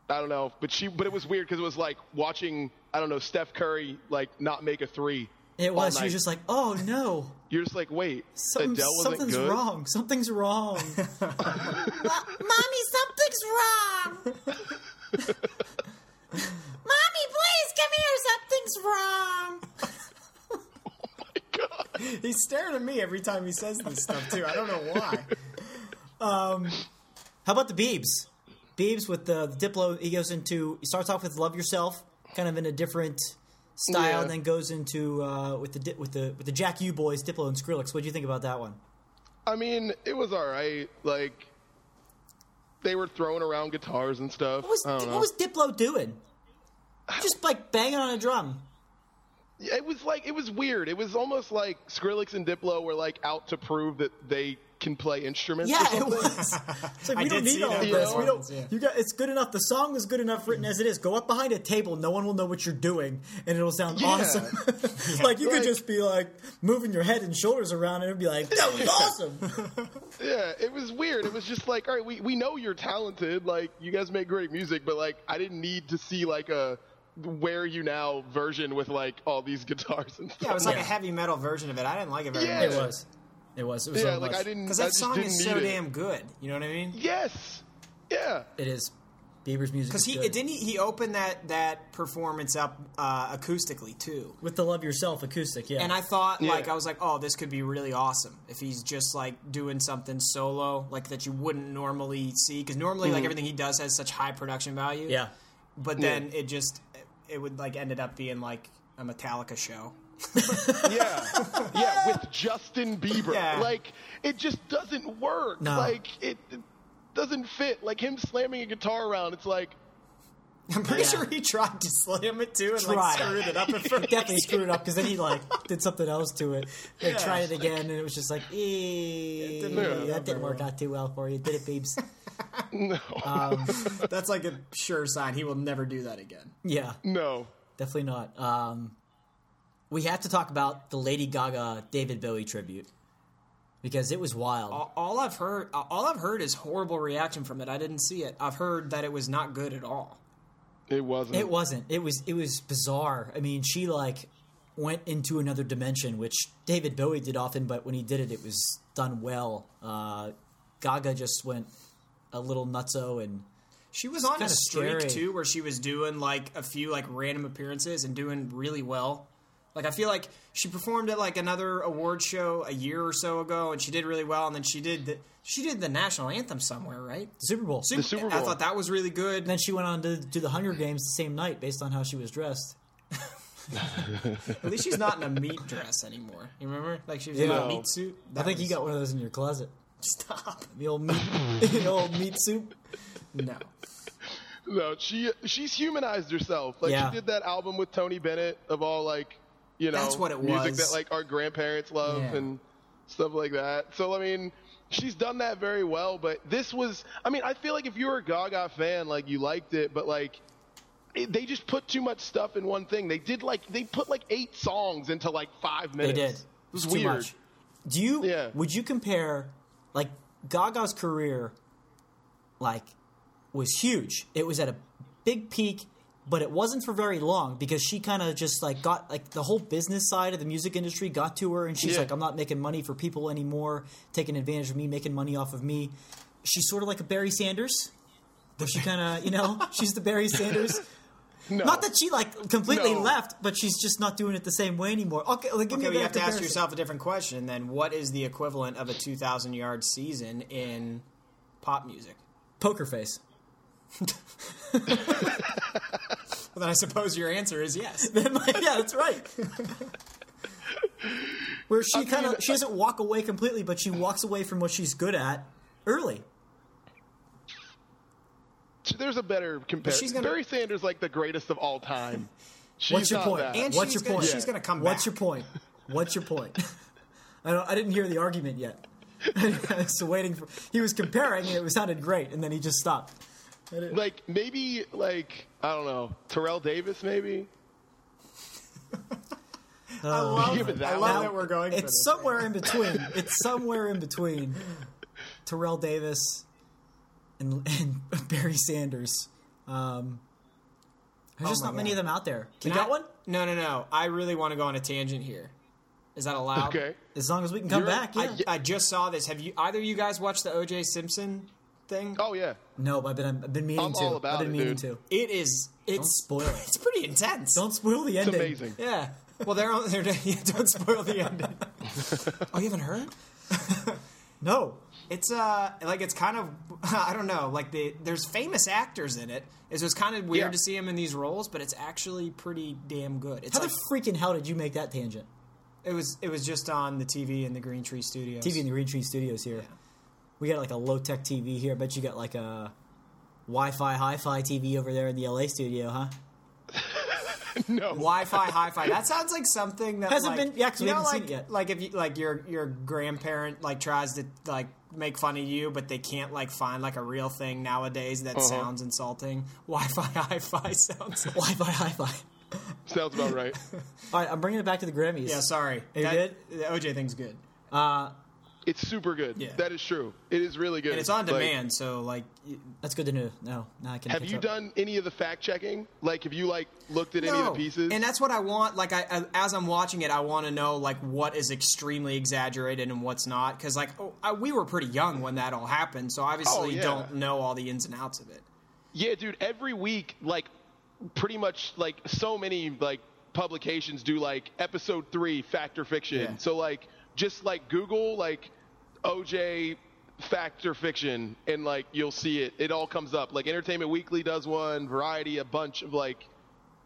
[SPEAKER 3] I don't know, but she but it was weird because it was like watching I don't know Steph Curry like not make a three.
[SPEAKER 2] It
[SPEAKER 3] all
[SPEAKER 2] was. She
[SPEAKER 3] night.
[SPEAKER 2] was just like, "Oh
[SPEAKER 3] <laughs>
[SPEAKER 2] no,
[SPEAKER 3] you're just like wait,
[SPEAKER 2] something,
[SPEAKER 3] Adele wasn't
[SPEAKER 2] something's
[SPEAKER 3] good.
[SPEAKER 2] wrong. Something's wrong,
[SPEAKER 3] <laughs>
[SPEAKER 2] Mo- mommy. Something's wrong,
[SPEAKER 3] <laughs>
[SPEAKER 2] <laughs> mommy. Please come here. Something's wrong."
[SPEAKER 3] God.
[SPEAKER 1] He's staring at me every time he says this stuff too. I don't know why.
[SPEAKER 2] How about the Beebs? Beebs with the, the Diplo, he goes into, he starts off with Love Yourself, kind of in a different style,
[SPEAKER 3] Yeah.
[SPEAKER 2] and then goes into uh, with the Di- with the with the Jack U boys, Diplo and Skrillex. What do you think about that one?
[SPEAKER 3] <laughs> I mean, it was all right. Like they were throwing around guitars and stuff.
[SPEAKER 2] What was,
[SPEAKER 3] I don't know.
[SPEAKER 2] what was Diplo doing? Just like banging on a drum.
[SPEAKER 3] it was like it was weird. It was almost like Skrillex and Diplo were like out to prove that they can play instruments. or
[SPEAKER 2] Yeah, it
[SPEAKER 3] something.
[SPEAKER 2] was. It's
[SPEAKER 1] <laughs>
[SPEAKER 2] like,
[SPEAKER 1] I
[SPEAKER 2] we
[SPEAKER 1] did
[SPEAKER 2] don't
[SPEAKER 1] see
[SPEAKER 2] need all
[SPEAKER 1] that
[SPEAKER 2] of this. We
[SPEAKER 1] performance,
[SPEAKER 2] don't.
[SPEAKER 1] yeah.
[SPEAKER 2] You got. It's good enough. The song is good enough, written as it is. Go up behind a table. No one will know what you're doing, and it'll sound
[SPEAKER 3] Yeah.
[SPEAKER 2] awesome. <laughs> like you
[SPEAKER 3] Like-
[SPEAKER 2] could just be like moving your head and shoulders around, and it'd be like, "That
[SPEAKER 3] <laughs>
[SPEAKER 2] was awesome."
[SPEAKER 3] Yeah, it was weird. It was just like, all right, we, we know you're talented. Like you guys make great music, but like I didn't need to see like a where are you now version with like all these <laughs> guitars and stuff.
[SPEAKER 1] <laughs> Yeah, it was like a
[SPEAKER 2] Yeah.
[SPEAKER 1] heavy metal version of it. I didn't like it very
[SPEAKER 3] Yeah.
[SPEAKER 1] much.
[SPEAKER 2] it was. It was. It was.
[SPEAKER 3] Yeah,
[SPEAKER 2] so
[SPEAKER 3] like
[SPEAKER 2] much.
[SPEAKER 3] I didn't.
[SPEAKER 1] Because
[SPEAKER 3] I
[SPEAKER 1] that
[SPEAKER 3] just
[SPEAKER 1] song
[SPEAKER 3] didn't
[SPEAKER 1] is
[SPEAKER 3] need
[SPEAKER 1] so
[SPEAKER 3] it.
[SPEAKER 1] damn good. You know what I mean?
[SPEAKER 3] Yes. Yeah.
[SPEAKER 2] It is. Bieber's music.
[SPEAKER 1] Because
[SPEAKER 2] Because
[SPEAKER 1] he didn't he, he opened that that performance up uh, acoustically too.
[SPEAKER 2] with the Love Yourself acoustic. Yeah,
[SPEAKER 1] And I thought
[SPEAKER 3] Yeah.
[SPEAKER 1] like I was like, oh, this could be really awesome if he's just like doing something solo like that you wouldn't normally see because normally like everything he does has such high production value.
[SPEAKER 2] yeah,
[SPEAKER 1] But then it just it would like ended up being like a Metallica show. <laughs>
[SPEAKER 3] Yeah. yeah, with Justin Bieber.
[SPEAKER 1] Yeah.
[SPEAKER 3] Like, it just doesn't work.
[SPEAKER 2] No.
[SPEAKER 3] Like, it, it doesn't fit. Like, him slamming a guitar around, it's like, <laughs>
[SPEAKER 1] I'm pretty
[SPEAKER 2] Yeah.
[SPEAKER 1] sure he tried to slam it too and like
[SPEAKER 2] Tried.
[SPEAKER 1] screwed it up at first. <laughs>
[SPEAKER 2] <laughs> definitely screwed it up because then he like did something else to it. They
[SPEAKER 1] Yeah.
[SPEAKER 2] tried it again, and it was just like, "Eh,
[SPEAKER 1] didn't
[SPEAKER 3] work
[SPEAKER 2] that
[SPEAKER 1] out very
[SPEAKER 2] didn't work out too well for you, did it, Biebs?
[SPEAKER 3] no,
[SPEAKER 2] Uh.
[SPEAKER 1] That's like a sure sign he will never do that again.
[SPEAKER 2] <laughs> yeah.
[SPEAKER 3] no.
[SPEAKER 2] Definitely not. Um, we have to talk about the Lady Gaga David Bowie tribute because it was wild.
[SPEAKER 1] All I've heard, all I've heard is horrible reaction from it. I didn't see it. I've heard that it was not good at all.
[SPEAKER 3] It wasn't.
[SPEAKER 2] it wasn't. It was. It was bizarre. I mean, she like went into another dimension, which David Bowie did often, but when he did it, it was done well. Uh, Gaga just went a little nutso, and
[SPEAKER 1] She was on a
[SPEAKER 2] kinda
[SPEAKER 1] streak
[SPEAKER 2] scary.
[SPEAKER 1] too, where she was doing like a few like random appearances and doing really well. Like I feel like she performed at like another award show a year or so ago, and she did really well. And then she did the, she did the national anthem somewhere, right?
[SPEAKER 2] Super Bowl.
[SPEAKER 1] Super,
[SPEAKER 3] Super
[SPEAKER 1] I
[SPEAKER 3] Bowl.
[SPEAKER 1] thought that was really good.
[SPEAKER 2] then she went on to do the Hunger Games the same night, based on how she was dressed.
[SPEAKER 1] At least she's not in a meat <laughs> dress anymore. You remember? Like she was in
[SPEAKER 2] Yeah.
[SPEAKER 1] a meat suit.
[SPEAKER 2] I think you got one of those in your closet.
[SPEAKER 1] stop.
[SPEAKER 2] The old meat, <laughs> the old meat soup.
[SPEAKER 1] No.
[SPEAKER 3] No, she, she's humanized herself. Like,
[SPEAKER 2] Yeah.
[SPEAKER 3] she did that album with Tony Bennett of all, like, you know,
[SPEAKER 1] That's what it
[SPEAKER 3] music
[SPEAKER 1] was.
[SPEAKER 3] that, like, our grandparents love.
[SPEAKER 1] Yeah.
[SPEAKER 3] And stuff like that. So I mean, she's done that very well. But this was, I mean, I feel like if you were a Gaga fan, like you liked it, but like it, they just put too much stuff in one thing. They did like they put like eight songs into like five
[SPEAKER 2] They
[SPEAKER 3] minutes.
[SPEAKER 2] did.
[SPEAKER 3] It was
[SPEAKER 2] It's too
[SPEAKER 3] weird.
[SPEAKER 2] much. Do you?
[SPEAKER 3] Yeah.
[SPEAKER 2] Would you compare like Gaga's career? Like, was huge. It was at a big peak, but it wasn't for very long because she kind of just like got like the whole business side of the music industry got to her, and she's
[SPEAKER 3] Yeah.
[SPEAKER 2] like, I'm not making money for people anymore, taking advantage of me, making money off of me. She's sort of like a Barry Sanders. Where she kind of, you know, <laughs> she's the Barry Sanders.
[SPEAKER 3] <laughs> No.
[SPEAKER 2] Not that she like completely
[SPEAKER 3] No.
[SPEAKER 2] left, but she's just not doing it the same way anymore. Okay, like, give me
[SPEAKER 1] Okay,
[SPEAKER 2] that
[SPEAKER 1] you have to ask
[SPEAKER 2] comparison.
[SPEAKER 1] yourself a different question. Then, what is the equivalent of a two thousand yard season in pop music?
[SPEAKER 2] Poker <laughs> face.
[SPEAKER 1] Well, then I suppose your answer is yes.
[SPEAKER 2] yeah, that's right. Where she kind
[SPEAKER 3] mean,
[SPEAKER 2] of she doesn't walk away completely, but she walks away from what she's good at early.
[SPEAKER 3] There's a better comparison.
[SPEAKER 1] gonna-
[SPEAKER 3] Barry Sanders like the greatest of all time.
[SPEAKER 2] <laughs>
[SPEAKER 3] She's
[SPEAKER 2] What's your
[SPEAKER 3] not
[SPEAKER 2] point?
[SPEAKER 3] that.
[SPEAKER 1] And
[SPEAKER 2] What's
[SPEAKER 1] she's
[SPEAKER 2] your point?
[SPEAKER 1] Gonna, she's going to come back.
[SPEAKER 2] What's your point? <laughs> What's your point? <laughs> I don't. I didn't hear the argument yet. <laughs> I was waiting for. He was comparing, and it sounded great, and then he just stopped.
[SPEAKER 3] like maybe like I don't know Terrell Davis maybe.
[SPEAKER 1] I love,
[SPEAKER 3] Give it that
[SPEAKER 1] I
[SPEAKER 3] one.
[SPEAKER 1] love that we're going. for
[SPEAKER 2] It's
[SPEAKER 1] this.
[SPEAKER 2] somewhere in between.
[SPEAKER 1] <laughs>
[SPEAKER 2] It's somewhere in between Terrell Davis and, <laughs> and Barry Sanders. Um, there's just
[SPEAKER 1] Oh my
[SPEAKER 2] not many of
[SPEAKER 1] God.
[SPEAKER 2] them out there.
[SPEAKER 1] Can
[SPEAKER 2] You
[SPEAKER 1] I-
[SPEAKER 2] got one?
[SPEAKER 1] No, no, no. I really want to go on a tangent here. Is that allowed?
[SPEAKER 3] Okay.
[SPEAKER 2] As long as we can come
[SPEAKER 3] You're-
[SPEAKER 2] back, yeah.
[SPEAKER 1] I just saw this. Have you either of you guys watched the OJ Simpson thing?
[SPEAKER 3] Oh yeah.
[SPEAKER 2] no, I've been I've been meaning
[SPEAKER 3] I'm
[SPEAKER 2] to.
[SPEAKER 3] all about
[SPEAKER 2] I've been
[SPEAKER 3] it,
[SPEAKER 2] meaning
[SPEAKER 3] dude.
[SPEAKER 2] to.
[SPEAKER 1] It is. It's
[SPEAKER 2] spoil it.
[SPEAKER 1] <laughs> It's pretty intense.
[SPEAKER 2] Don't spoil the
[SPEAKER 3] It's
[SPEAKER 2] ending.
[SPEAKER 3] amazing.
[SPEAKER 1] Yeah. Well, they're <laughs> on. They're, yeah, don't spoil the
[SPEAKER 2] <laughs>
[SPEAKER 1] ending. oh, you haven't heard? <laughs>
[SPEAKER 2] No,
[SPEAKER 1] It's uh, like it's kind of <laughs> I don't know. Like the there's famous actors in it. It's just kind of weird
[SPEAKER 3] Yeah.
[SPEAKER 1] to see them in these roles, but it's actually pretty damn good. It's
[SPEAKER 2] how
[SPEAKER 1] like,
[SPEAKER 2] the freaking hell did you make that tangent?
[SPEAKER 1] it was it was just on the TV in the Green Tree Studios.
[SPEAKER 2] TV in the Green Tree Studios here. We got like a low tech TV here. I bet you got like a Wi-Fi, hi-fi TV over there in the LA studio, huh? <laughs>
[SPEAKER 3] No.
[SPEAKER 1] Wi-Fi, hi-fi. That sounds like something that
[SPEAKER 2] Hasn't
[SPEAKER 1] like,
[SPEAKER 2] been- yeah, 'cause
[SPEAKER 1] you
[SPEAKER 2] we
[SPEAKER 1] know,
[SPEAKER 2] haven't
[SPEAKER 1] like
[SPEAKER 2] seen it yet.
[SPEAKER 1] like if you like your your grandparent like tries to like make fun of you, but they can't like find like a real thing nowadays that
[SPEAKER 3] Uh-huh.
[SPEAKER 1] sounds insulting. <laughs> Wi-Fi, hi-fi
[SPEAKER 2] <laughs>
[SPEAKER 1] sounds. Like,
[SPEAKER 2] Wi-Fi, hi-fi.
[SPEAKER 3] Sounds about
[SPEAKER 1] <laughs>
[SPEAKER 3] right.
[SPEAKER 2] All right, I'm bringing it back to the Grammys.
[SPEAKER 1] yeah, sorry.
[SPEAKER 2] You
[SPEAKER 1] That- The OJ thing's good,
[SPEAKER 3] It's super good.
[SPEAKER 1] Yeah.
[SPEAKER 3] That is true. It is really good.
[SPEAKER 1] and it's on
[SPEAKER 3] Like,
[SPEAKER 1] demand. so like, y-
[SPEAKER 2] That's good to know. No, no, I can.
[SPEAKER 3] have you done any of the fact checking? Like, have you like looked at any of the pieces?
[SPEAKER 1] And that's what I want. Like, I, I as I'm watching it, I want to know like what is extremely exaggerated and what's not. Because like oh, I, we were pretty young when that all happened, so obviously
[SPEAKER 3] Oh, yeah.
[SPEAKER 1] don't know all the ins and outs of it.
[SPEAKER 3] yeah, dude. Every week, like, pretty much like so many like publications do like episode three fact or fiction.
[SPEAKER 1] Yeah.
[SPEAKER 3] So like, just like Google like OJ fact or fiction, and like you'll see it. It all comes up. Like Entertainment Weekly does one, Variety, a bunch of like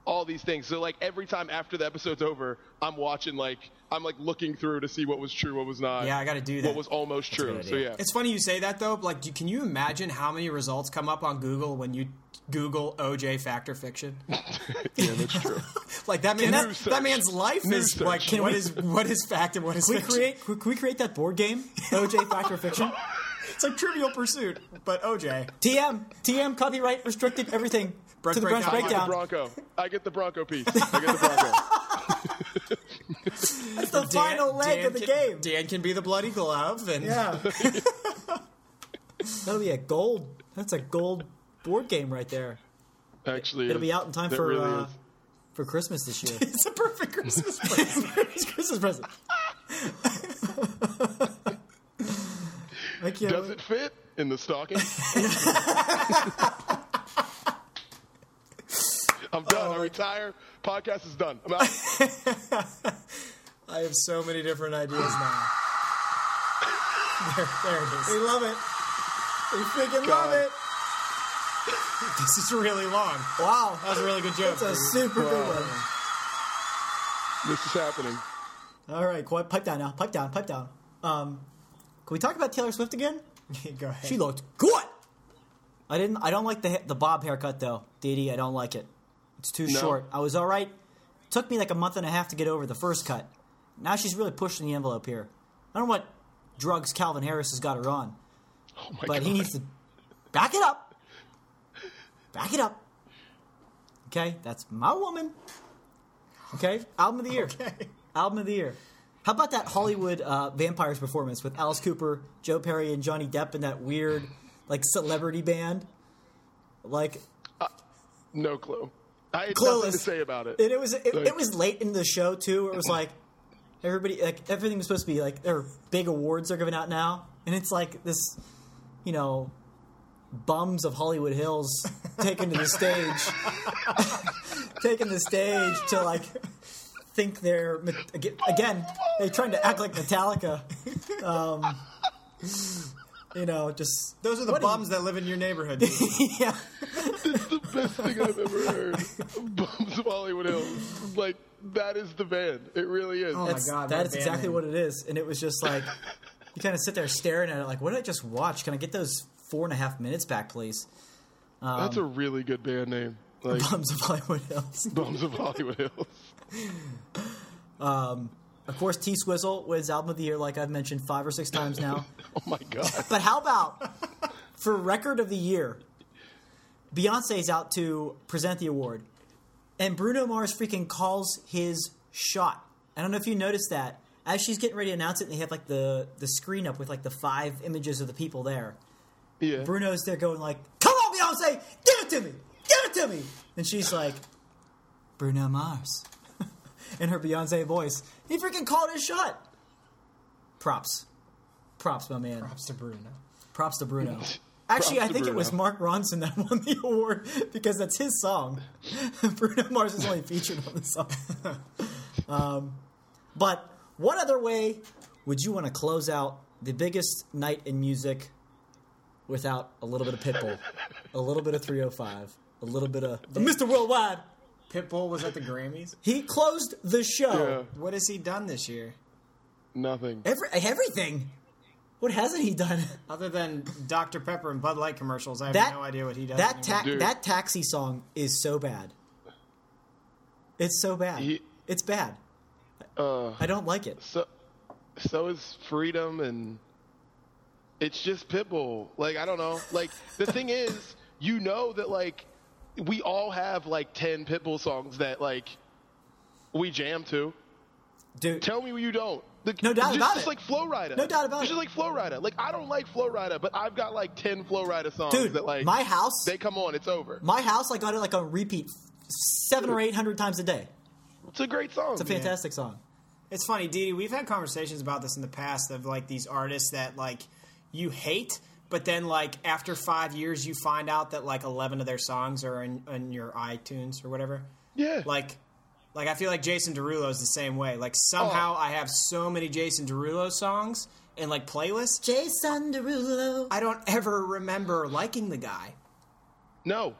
[SPEAKER 3] all these things. So like every time after the episode's over, I'm watching like I'm like looking through to see what was true, what was not.
[SPEAKER 1] Yeah, I gotta do that.
[SPEAKER 3] What was almost true.
[SPEAKER 2] good
[SPEAKER 3] So
[SPEAKER 2] idea.
[SPEAKER 3] yeah.
[SPEAKER 1] It's funny you say that though. but, Like, do, can you imagine how many results come up on Google when you Google OJ Factor Fiction?
[SPEAKER 3] <laughs> yeah, that's true.
[SPEAKER 1] <laughs> Like that man,
[SPEAKER 3] News
[SPEAKER 1] that,
[SPEAKER 3] search.
[SPEAKER 1] that man's life
[SPEAKER 3] News
[SPEAKER 1] is like
[SPEAKER 3] search.
[SPEAKER 1] what is what is fact and what is
[SPEAKER 2] Can we
[SPEAKER 1] fiction.
[SPEAKER 2] create? Can we create that board game? <laughs> OJ Factor
[SPEAKER 3] <laughs>
[SPEAKER 2] Fiction.
[SPEAKER 1] It's like Trivial Pursuit, but OJ.
[SPEAKER 2] TM TM copyright restricted everything
[SPEAKER 1] Brunch
[SPEAKER 2] to the brunch
[SPEAKER 1] breakdown.
[SPEAKER 3] I get the
[SPEAKER 2] breakdown.
[SPEAKER 3] Bronco. I get the Bronco piece. I get the Bronco.
[SPEAKER 2] That's the final leg of the
[SPEAKER 1] can,
[SPEAKER 2] game.
[SPEAKER 1] Dan can be the bloody glove, and
[SPEAKER 2] Yeah.
[SPEAKER 3] <laughs>
[SPEAKER 2] That'll be a gold. That's a gold board game right there.
[SPEAKER 3] Actually,
[SPEAKER 2] It'll
[SPEAKER 3] is.
[SPEAKER 2] be out in time
[SPEAKER 3] That
[SPEAKER 2] for
[SPEAKER 3] really
[SPEAKER 2] uh,
[SPEAKER 3] is.
[SPEAKER 2] for Christmas this
[SPEAKER 3] <laughs>
[SPEAKER 2] year. <laughs>
[SPEAKER 1] it's a <laughs> perfect Christmas present.
[SPEAKER 2] it's Christmas present. <laughs> I can't
[SPEAKER 3] Does it fit in
[SPEAKER 2] <laughs>
[SPEAKER 3] the stocking? I'm done. I retire. Podcast is done. I'm out.
[SPEAKER 1] I have so many different ideas now. there, there it is.
[SPEAKER 2] We love it. We freaking love
[SPEAKER 3] God.
[SPEAKER 2] it.
[SPEAKER 1] <laughs> This is really long.
[SPEAKER 2] Wow.
[SPEAKER 1] That was a really good joke.
[SPEAKER 2] That's a super good one.
[SPEAKER 3] This is happening.
[SPEAKER 2] All right, quiet. Pipe down now. Pipe down. Pipe down. Um, can we talk about Taylor Swift again?
[SPEAKER 1] <laughs> Go ahead.
[SPEAKER 2] She looked good. I didn't. I don't like the ha- the bob haircut though, Didi. I don't like it. It's too
[SPEAKER 3] No.
[SPEAKER 2] short. I was all right. Took me like a month and a half to get over the first cut. Now she's really pushing the envelope here. I don't know what drugs Calvin Harris has got her on,
[SPEAKER 3] Oh my
[SPEAKER 2] but
[SPEAKER 3] god.
[SPEAKER 2] he needs to back it up. Back it up. Okay, that's my woman. Okay, album of the year. Album of the year. How about that Hollywood uh, vampires performance with Alice Cooper, Joe Perry, and Johnny Depp in that weird, like, celebrity band? Like,
[SPEAKER 3] no clue. I had nothing
[SPEAKER 2] clueless
[SPEAKER 3] to say about it. <laughs>
[SPEAKER 2] And it was it,
[SPEAKER 3] Like-
[SPEAKER 2] it was late in the show too. Where it was like everybody like everything was supposed to be like there are big awards they're giving out now, and it's like this, you know, bums of Hollywood Hills taken to the stage, <laughs> taking the stage to like think they're again they're trying to act like Metallica. Um, you know, just
[SPEAKER 1] Those are the
[SPEAKER 2] What do you-
[SPEAKER 1] bums that live in your <laughs> neighborhood. dude.
[SPEAKER 2] yeah.
[SPEAKER 3] the best thing I've ever heard. Bums of Hollywood Hills. Like that is the band. It really is.
[SPEAKER 1] my
[SPEAKER 2] That's,
[SPEAKER 1] God,
[SPEAKER 2] that
[SPEAKER 1] what
[SPEAKER 2] is
[SPEAKER 1] band
[SPEAKER 2] exactly
[SPEAKER 1] name.
[SPEAKER 2] what it is. And it was just like, you kind of sit there staring at it, like, what did I just watch? Can I get those four and a half minutes back, <laughs> please?
[SPEAKER 3] That's a really good band name.
[SPEAKER 2] <laughs>
[SPEAKER 3] Like
[SPEAKER 2] Bums of Hollywood Hills.
[SPEAKER 3] Bums of Hollywood Hills.
[SPEAKER 2] Of course, T Swizzle wins Album of the Year, like I've mentioned five or six times now.
[SPEAKER 3] Oh my god.
[SPEAKER 2] But how about for Record of the Year, Beyonce's out to present the award, and Bruno Mars freaking calls his shot. I don't know if you noticed that. As she's getting ready to announce it, and they have like the, the screen up with like the five images of the people there.
[SPEAKER 3] Yeah.
[SPEAKER 2] Bruno's there going like, "Come on, Beyonce, give it to me, give it to me," and she's like, "Bruno Mars," <laughs> in her Beyonce voice. He freaking called his shot. Props, props, my man.
[SPEAKER 1] Props to Bruno.
[SPEAKER 2] Props to Bruno. Actually,
[SPEAKER 3] <laughs> Props
[SPEAKER 2] I
[SPEAKER 3] to
[SPEAKER 2] think it
[SPEAKER 3] Bruno.
[SPEAKER 2] was Mark Ronson that <laughs> won the award because that's his song. <laughs> Bruno Mars is only featured on the song. <laughs> um, but what other way would you want to close out the biggest night in music without a little bit of Pitbull, a little bit of 305, a little bit of Mr. Worldwide?
[SPEAKER 1] Pitbull was at the Grammys.
[SPEAKER 2] He closed the show.
[SPEAKER 3] Yeah.
[SPEAKER 1] What has he done this year
[SPEAKER 3] Nothing.
[SPEAKER 2] Every, everything. What hasn't he done?
[SPEAKER 1] other than Dr Pepper and Bud Light commercials? I have
[SPEAKER 2] That-
[SPEAKER 1] no idea what he does.
[SPEAKER 2] That
[SPEAKER 1] anymore.
[SPEAKER 2] ta-
[SPEAKER 3] Dude.
[SPEAKER 2] that taxi song is so bad. It's so bad.
[SPEAKER 3] He-
[SPEAKER 2] it's bad.
[SPEAKER 3] Uh
[SPEAKER 2] I don't like it.
[SPEAKER 3] so so is freedom and it's just pitbull like i don't know like the thing is you know that like we all have like 10 pitbull songs that like we jam to
[SPEAKER 2] Dude,
[SPEAKER 3] tell me you don't Like,
[SPEAKER 2] No doubt
[SPEAKER 3] just,
[SPEAKER 2] about
[SPEAKER 3] just
[SPEAKER 2] it.
[SPEAKER 3] like Flow Rida.
[SPEAKER 2] No doubt about
[SPEAKER 3] It's
[SPEAKER 2] it.
[SPEAKER 3] Just like Flow Rida. Like I don't like Flow Rida, but I've got like ten Flow Rida songs
[SPEAKER 2] dude,
[SPEAKER 3] that like
[SPEAKER 2] my house,
[SPEAKER 3] they come on, it's over.
[SPEAKER 2] my house, I got it like on repeat seven or eight hundred times a day.
[SPEAKER 3] It's a great song.
[SPEAKER 2] It's a fantastic song.
[SPEAKER 1] It's funny, Didi. We've had conversations about this in the past of like these artists that like you hate, but then like after five years, you find out that like eleven of their songs are in, in your iTunes or whatever.
[SPEAKER 3] yeah.
[SPEAKER 1] Like, like I feel like Jason Derulo is the same way. Like somehow I have so many Jason Derulo songs and like playlists.
[SPEAKER 2] Jason Derulo.
[SPEAKER 1] I don't ever remember liking the guy.
[SPEAKER 3] no.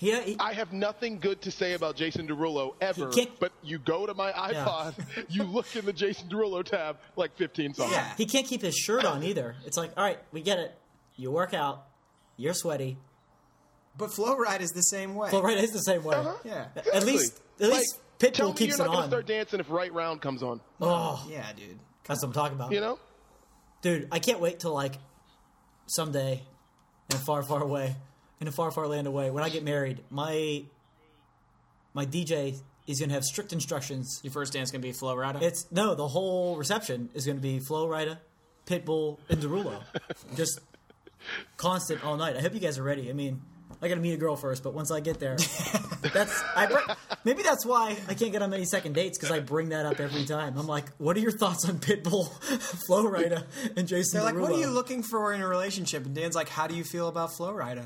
[SPEAKER 2] He, he,
[SPEAKER 3] I have nothing good to say about Jason Derulo ever,
[SPEAKER 2] He kicked-
[SPEAKER 3] but you go to my iPod, <laughs> you look in the Jason Derulo tab, like 15 songs.
[SPEAKER 1] Yeah.
[SPEAKER 2] he can't keep his shirt on either. It's like, all right, we get it. You work out. You're sweaty.
[SPEAKER 1] But Flow Ride is the same way.
[SPEAKER 2] But right, it's the same way.
[SPEAKER 1] Yeah,
[SPEAKER 2] At least, at least
[SPEAKER 3] Uh-huh. like, tell
[SPEAKER 2] Pitbull
[SPEAKER 3] me
[SPEAKER 2] keeps
[SPEAKER 3] you're
[SPEAKER 2] it
[SPEAKER 3] not gonna
[SPEAKER 2] on.
[SPEAKER 3] start dancing if Right Round comes on.
[SPEAKER 2] Oh,
[SPEAKER 1] yeah, dude.
[SPEAKER 2] that's what I'm talking about.
[SPEAKER 3] You know?
[SPEAKER 2] Dude, I can't wait till like someday in a far, far away, in a far, far land away, when I get married, my my DJ is gonna have strict instructions.
[SPEAKER 1] Your first dance gonna be Flow Rida.
[SPEAKER 2] It's no, the whole reception is gonna be Flow Rida, Pitbull, and Derulo, just constant all night. I hope you guys are ready. I mean, I gotta meet a girl first, but once I get there, that's I. Br- maybe that's why I can't get on many second dates because I bring that up every time. I'm like, what are your thoughts on Pitbull, <laughs> Flow Rida, and Jason?
[SPEAKER 1] They're like, what are
[SPEAKER 2] Derulo?"
[SPEAKER 1] you looking for in a relationship? And Dan's like, how do you feel about Flow <laughs> Rida?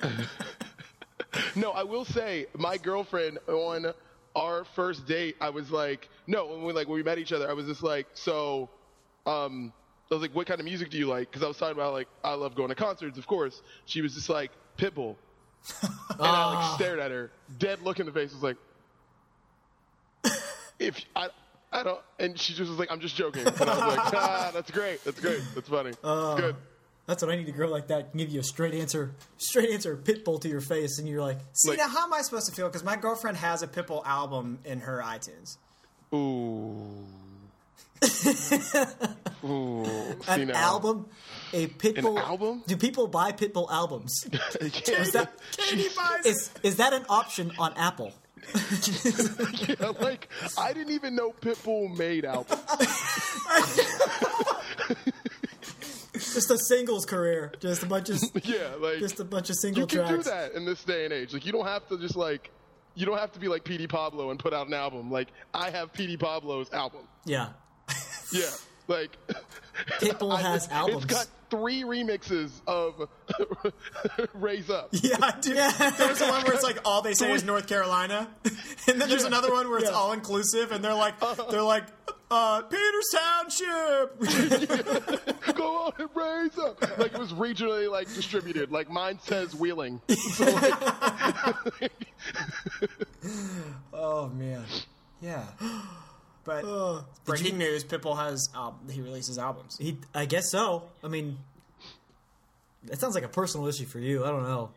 [SPEAKER 3] <laughs> No, I will say, my girlfriend on our first date, I was like, no, when we like when we met each other, I was just like, so, um, I was like, what kind of music do you like? Because I was talking about like I love going to concerts, of course. She was just like Pitbull, and I like stared at her, dead look in the face, was like, if I. I don't, and she just was like, "I'm just joking." And I was like, <laughs> "Ah, that's great, that's great, that's funny, that's good."
[SPEAKER 2] That's what I need a girl like that can give you a straight answer, straight answer pitbull to your face, and you're like,
[SPEAKER 1] See,
[SPEAKER 3] Like-
[SPEAKER 1] now how am I supposed to feel?
[SPEAKER 2] <laughs>
[SPEAKER 1] Because my girlfriend has a Pitbull album in her iTunes.
[SPEAKER 3] Ooh, Ooh, see
[SPEAKER 2] An
[SPEAKER 3] now.
[SPEAKER 2] album, a Pitbull
[SPEAKER 3] album?
[SPEAKER 2] Do people buy Pitbull albums?
[SPEAKER 3] <laughs> Yeah,
[SPEAKER 2] Is that
[SPEAKER 1] Katie buys it.
[SPEAKER 2] is is that an option on Apple?
[SPEAKER 3] <laughs> yeah, like I didn't even know Pitbull made albums.
[SPEAKER 2] Just a singles career, just a bunch of <laughs>
[SPEAKER 3] Yeah, like
[SPEAKER 2] just a bunch of
[SPEAKER 3] you
[SPEAKER 2] single
[SPEAKER 3] can
[SPEAKER 2] tracks.
[SPEAKER 3] do that in this day and age. Like you don't have to just like you don't have to be like P D Pablo and put out an album. Like I have P D Pablo's album.
[SPEAKER 2] Yeah,
[SPEAKER 3] Yeah, like
[SPEAKER 2] Pitbull
[SPEAKER 3] I-
[SPEAKER 2] has
[SPEAKER 3] it's-
[SPEAKER 2] albums.
[SPEAKER 3] It's
[SPEAKER 2] <laughs>
[SPEAKER 3] got three remixes of <laughs> Raise Up.
[SPEAKER 1] Yeah, I do. There's one where it's like all <laughs> they say is North
[SPEAKER 2] <laughs>
[SPEAKER 1] Carolina, and then there's another one where it's
[SPEAKER 2] Yeah.
[SPEAKER 1] all inclusive, and they're like
[SPEAKER 3] Uh-huh.
[SPEAKER 1] they're like uh, Peters Township.
[SPEAKER 3] Go on and raise up. Like it was regionally like distributed. Like mine says Wheeling. So, like,
[SPEAKER 1] oh man, yeah. But breaking news: Pitbull has al- he releases albums.
[SPEAKER 2] he. I guess so. I mean, that sounds like a personal issue for you. I don't know.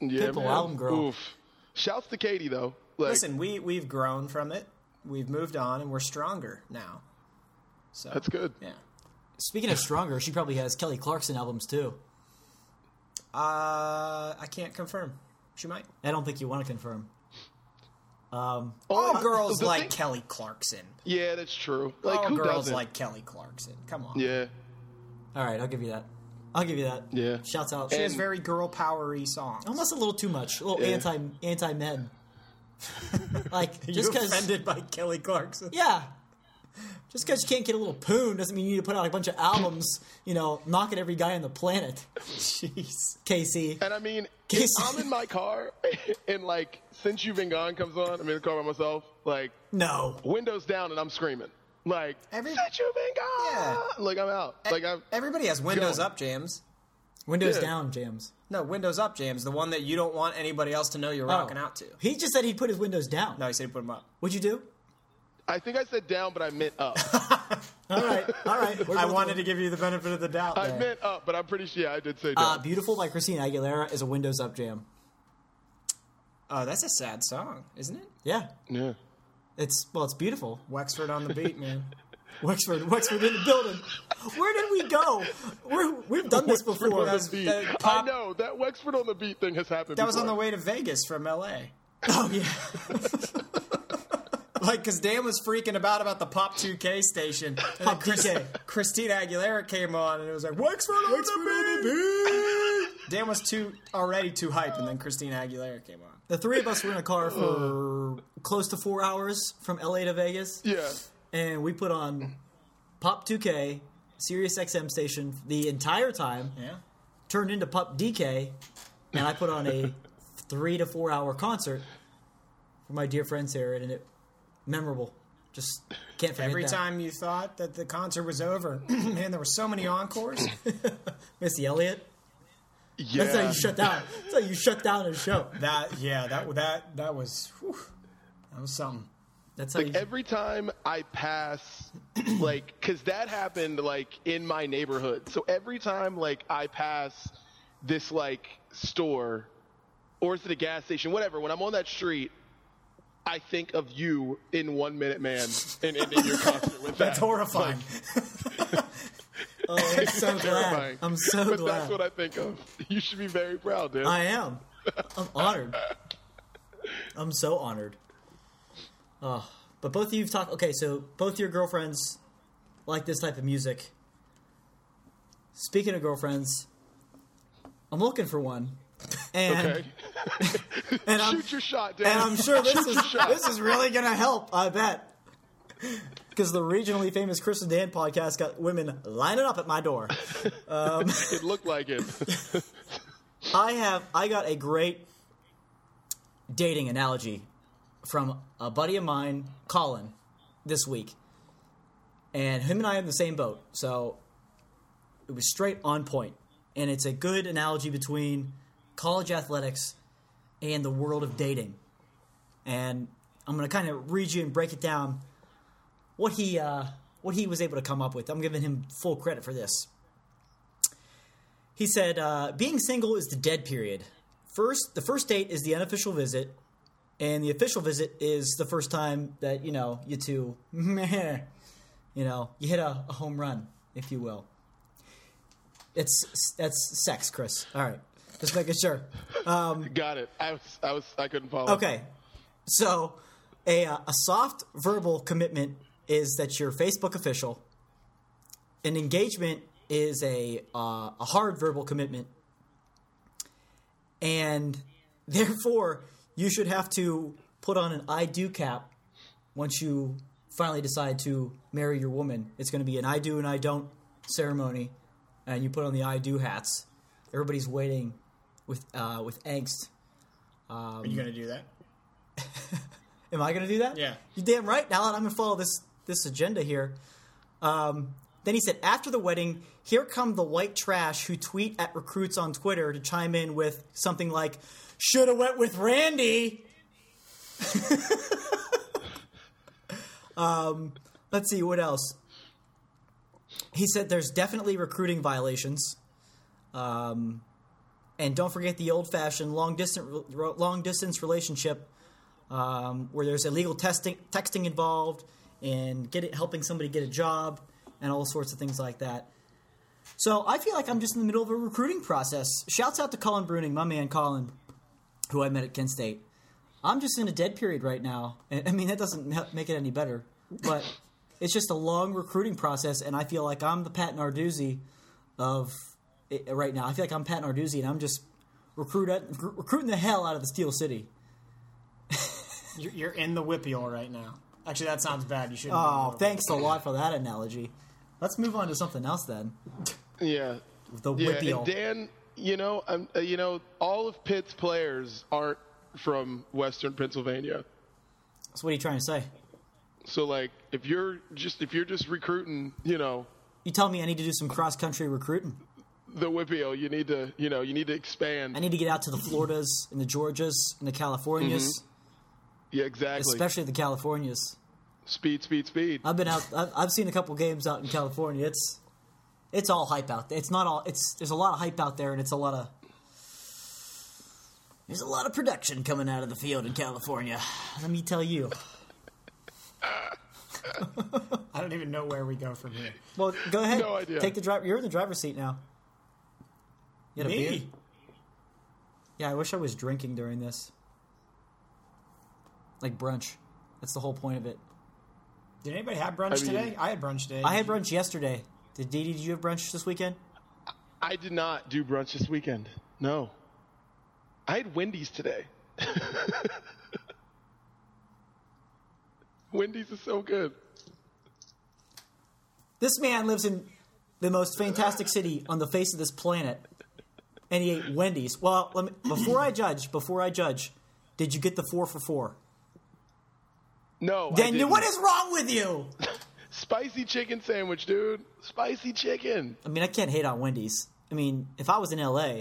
[SPEAKER 3] yeah,
[SPEAKER 2] Pitbull
[SPEAKER 3] man.
[SPEAKER 2] album girl.
[SPEAKER 3] Oof. Shouts to Katie though. Like,
[SPEAKER 1] Listen, we we've grown from it. We've moved on, and we're stronger now. So
[SPEAKER 3] that's good.
[SPEAKER 1] Yeah.
[SPEAKER 2] Speaking <laughs> of stronger, she probably has Kelly Clarkson albums too.
[SPEAKER 1] Uh, I can't confirm. She might.
[SPEAKER 2] I don't think you want to confirm.
[SPEAKER 1] All
[SPEAKER 3] Oh,
[SPEAKER 1] girls
[SPEAKER 3] the
[SPEAKER 1] like
[SPEAKER 3] thing-
[SPEAKER 1] Kelly Clarkson.
[SPEAKER 3] Yeah, that's true. Like
[SPEAKER 1] All
[SPEAKER 3] who
[SPEAKER 1] girls
[SPEAKER 3] doesn't?
[SPEAKER 1] like Kelly Clarkson. Come on.
[SPEAKER 3] Yeah,
[SPEAKER 2] All right, I'll give you that. I'll give you that.
[SPEAKER 3] Yeah.
[SPEAKER 2] Shouts out.
[SPEAKER 1] She has very girl powery songs.
[SPEAKER 2] Almost a little too much. A little
[SPEAKER 3] Yeah.
[SPEAKER 2] anti anti men. like
[SPEAKER 1] you
[SPEAKER 2] just because.
[SPEAKER 1] offended by Kelly Clarkson. <laughs>
[SPEAKER 2] Yeah. Just because you can't get a little poon doesn't mean you need to put out a bunch of albums. You know, knocking every guy on the planet.
[SPEAKER 1] Jeez.
[SPEAKER 2] KC.
[SPEAKER 3] and I mean, if
[SPEAKER 2] Casey-
[SPEAKER 3] I'm in my car <laughs> and like since you've been gone comes on, I'm in the car by myself. Like
[SPEAKER 2] No.
[SPEAKER 3] windows down and I'm screaming. Like
[SPEAKER 1] Every-
[SPEAKER 3] since you've been gone,
[SPEAKER 1] Yeah.
[SPEAKER 3] like I'm out. Like I'm.
[SPEAKER 1] Everybody has Windows
[SPEAKER 3] Go.
[SPEAKER 1] Up jams.
[SPEAKER 2] Windows
[SPEAKER 3] Yeah.
[SPEAKER 2] down, James.
[SPEAKER 1] No, Windows Up jams. The one that you don't want anybody else to know
[SPEAKER 2] Oh.
[SPEAKER 1] you're rocking out to.
[SPEAKER 2] He just said he put his windows down.
[SPEAKER 1] No, he said put them up.
[SPEAKER 2] What'd you do?
[SPEAKER 3] I think I said down, but I meant
[SPEAKER 1] <laughs>
[SPEAKER 3] up.
[SPEAKER 2] All right. All right.
[SPEAKER 1] I wanted to give you the benefit of the doubt.
[SPEAKER 3] I
[SPEAKER 1] there.
[SPEAKER 3] meant up, but I'm pretty sure yeah, I did say
[SPEAKER 2] Uh,
[SPEAKER 1] Um,
[SPEAKER 3] down.
[SPEAKER 2] Beautiful by Christina Aguilera is a Windows Up jam.
[SPEAKER 1] Oh, that's a sad song, isn't it?
[SPEAKER 2] Yeah.
[SPEAKER 3] yeah.
[SPEAKER 2] It's, well, it's beautiful.
[SPEAKER 1] Wexford on the beat, man.
[SPEAKER 2] Wexford, Wexford in the building. Where did we go? We're, we've done this before.
[SPEAKER 1] That was-
[SPEAKER 3] Beat.
[SPEAKER 1] that pop-
[SPEAKER 3] I know that Wexford on the beat thing has happened.
[SPEAKER 1] That was on the
[SPEAKER 3] before.
[SPEAKER 1] way to Vegas from L.A.
[SPEAKER 2] Oh yeah,
[SPEAKER 1] Like, because Dan was freaking about about the Pop 2K station. And
[SPEAKER 2] <laughs>
[SPEAKER 1] then
[SPEAKER 2] Pop DK.
[SPEAKER 1] Christina Aguilera came on and it was like, Wexford on the beat! Dan was too already too hype, and then Christina Aguilera came on.
[SPEAKER 2] The three of us were in a car for close to four hours from LA to Vegas,
[SPEAKER 3] <laughs> Yeah.
[SPEAKER 2] and we put on Pop 2K, Sirius XM station the entire time.
[SPEAKER 1] Yeah.
[SPEAKER 2] Turned into Pop DK, and I put on a three to four hour concert for my dear friends here, and it memorable. Just can't forget
[SPEAKER 1] Every
[SPEAKER 2] that.
[SPEAKER 1] time you thought that the concert was over, <clears throat> man, there were so many encores.
[SPEAKER 2] Missy Elliott.
[SPEAKER 3] Yeah.
[SPEAKER 2] That's how you shut down. That's how you shut down a show.
[SPEAKER 1] that yeah, that that that was whew, that was something.
[SPEAKER 2] That's how you.
[SPEAKER 3] every time I pass, like, because that happened, like, in my neighborhood. So every time, like, I pass this, like, store or is it a gas station, whatever, when I'm on that street, I think of you in One Minute Man and
[SPEAKER 2] <laughs>
[SPEAKER 3] ending your concert with that.
[SPEAKER 1] That's horrifying.
[SPEAKER 2] Oh, I'm
[SPEAKER 3] <laughs>
[SPEAKER 2] so glad.
[SPEAKER 3] Terrifying.
[SPEAKER 2] I'm so
[SPEAKER 3] but
[SPEAKER 2] glad.
[SPEAKER 3] that's what I think of. You should be very proud, dude.
[SPEAKER 2] I am. I'm honored. I'm so honored. Oh, but both of you've talked. Okay, so both your girlfriends like this type of music. Speaking of girlfriends, I'm looking for one, and
[SPEAKER 3] okay?
[SPEAKER 2] and I'm
[SPEAKER 3] Shoot your shot, dude.
[SPEAKER 2] and I'm sure
[SPEAKER 3] <laughs>
[SPEAKER 2] this
[SPEAKER 3] your
[SPEAKER 2] is
[SPEAKER 3] shot.
[SPEAKER 2] this is really gonna help. I bet. Because the regionally famous Chris and Dan podcast got women lining up at my door.
[SPEAKER 3] It looked like it. <laughs>
[SPEAKER 2] I have I got a great dating analogy from a buddy of mine, Colin, this week. And him and I are in the same boat. So it was straight on point. And it's a good analogy between college athletics and the world of dating. And I'm going to kind of read you and break it down what he uh, what he was able to come up with. I'm giving him full credit for this. He said, uh, "Being single is the dead period. First, the first date is the unofficial visit, and the official visit is the first time that you know you two <laughs> meh, You know, you hit a, a home run, if you will. It's that's sex, Chris. All right, just making sure.
[SPEAKER 3] Got it. I was, I was, I couldn't follow.
[SPEAKER 2] Okay, so a uh, a soft verbal commitment is that you're Facebook official. An engagement is a uh, a hard verbal commitment, and <laughs> therefore you should have to put on an I do cap once you finally decide to marry your woman. It's going to be an I do and I don't ceremony, and you put on the I do hats. Everybody's waiting with uh, with angst.
[SPEAKER 1] Are you gonna do that?
[SPEAKER 2] Am I going to do that?
[SPEAKER 1] Yeah.
[SPEAKER 2] You damn right, Alan. I'm going to follow this this agenda here. Um, then he said, after the wedding, here come the white trash who tweet at recruits on Twitter to chime in with something like, "Should have went with Randy." <laughs> um, let's see what else. He said, "There's definitely recruiting violations." Um, and don't forget the old-fashioned long distance long distance relationship um, where there's illegal testing, texting involved and get it, helping somebody get a job and all sorts of things like that. So I feel like I'm just in the middle of a recruiting process. Shouts out to Colin Bruning, my man Colin, who I met at Kent State. I'm just in a dead period right now. <laughs> And, I mean, that doesn't help make it any better, but it's just a long recruiting process, and I feel like I'm the Pat Narduzzi of it right now. I feel like I'm Pat Narduzzi, and I'm just recruit, recruiting the hell out of the Steel City.
[SPEAKER 1] You're, you're in the whippeal right now. Actually, that sounds bad. You shouldn't.
[SPEAKER 2] Oh, thanks a lot for that analogy. Let's move on to something else then.
[SPEAKER 3] it. Yeah.
[SPEAKER 2] The
[SPEAKER 3] Yeah.
[SPEAKER 2] whippeal.
[SPEAKER 3] And Dan, you know, um, uh, you know, all of Pitt's players aren't from Western Pennsylvania.
[SPEAKER 2] so what are you trying to say?
[SPEAKER 3] So like, if you're just if you're just recruiting, you know,
[SPEAKER 2] You tell me I need to do some cross country recruiting.
[SPEAKER 3] the Whippio, you need to, you know, you need to expand.
[SPEAKER 2] I need to get out to the Floridas and the Georgias and the Californias,
[SPEAKER 3] Mm-hmm. yeah, exactly.
[SPEAKER 2] especially the Californias.
[SPEAKER 3] speed, speed, speed.
[SPEAKER 2] I've been out. I've, I've seen a couple games out in California. It's it's all hype out there. It's not all. It's there's a lot of hype out there, and it's a lot of there's a lot of production coming out of the field in California. Let me tell you.
[SPEAKER 1] I don't even know where we go from here.
[SPEAKER 2] Well, go ahead.
[SPEAKER 3] No idea.
[SPEAKER 2] Take the driver. You're in the driver's seat now. You had a beer?
[SPEAKER 1] Me?
[SPEAKER 2] Yeah, I wish I was drinking during this. Like brunch. That's the whole point of it.
[SPEAKER 1] Did anybody have brunch
[SPEAKER 3] I mean-
[SPEAKER 1] today? I had brunch today.
[SPEAKER 2] I had brunch yesterday. Did Dee Dee, did you have brunch this weekend?
[SPEAKER 3] I did not do brunch this weekend. No. I had Wendy's today. <laughs> Wendy's is so good.
[SPEAKER 2] This man lives in the most fantastic city on the face of this planet, and he ate Wendy's. Well, let me, before I judge, before I judge, did you get the four for four?
[SPEAKER 3] No. I
[SPEAKER 2] Then
[SPEAKER 3] didn't.
[SPEAKER 2] what is wrong with you?
[SPEAKER 3] spicy chicken sandwich, dude? Spicy chicken.
[SPEAKER 2] I mean, I can't hate on Wendy's. I mean, if I was in LA,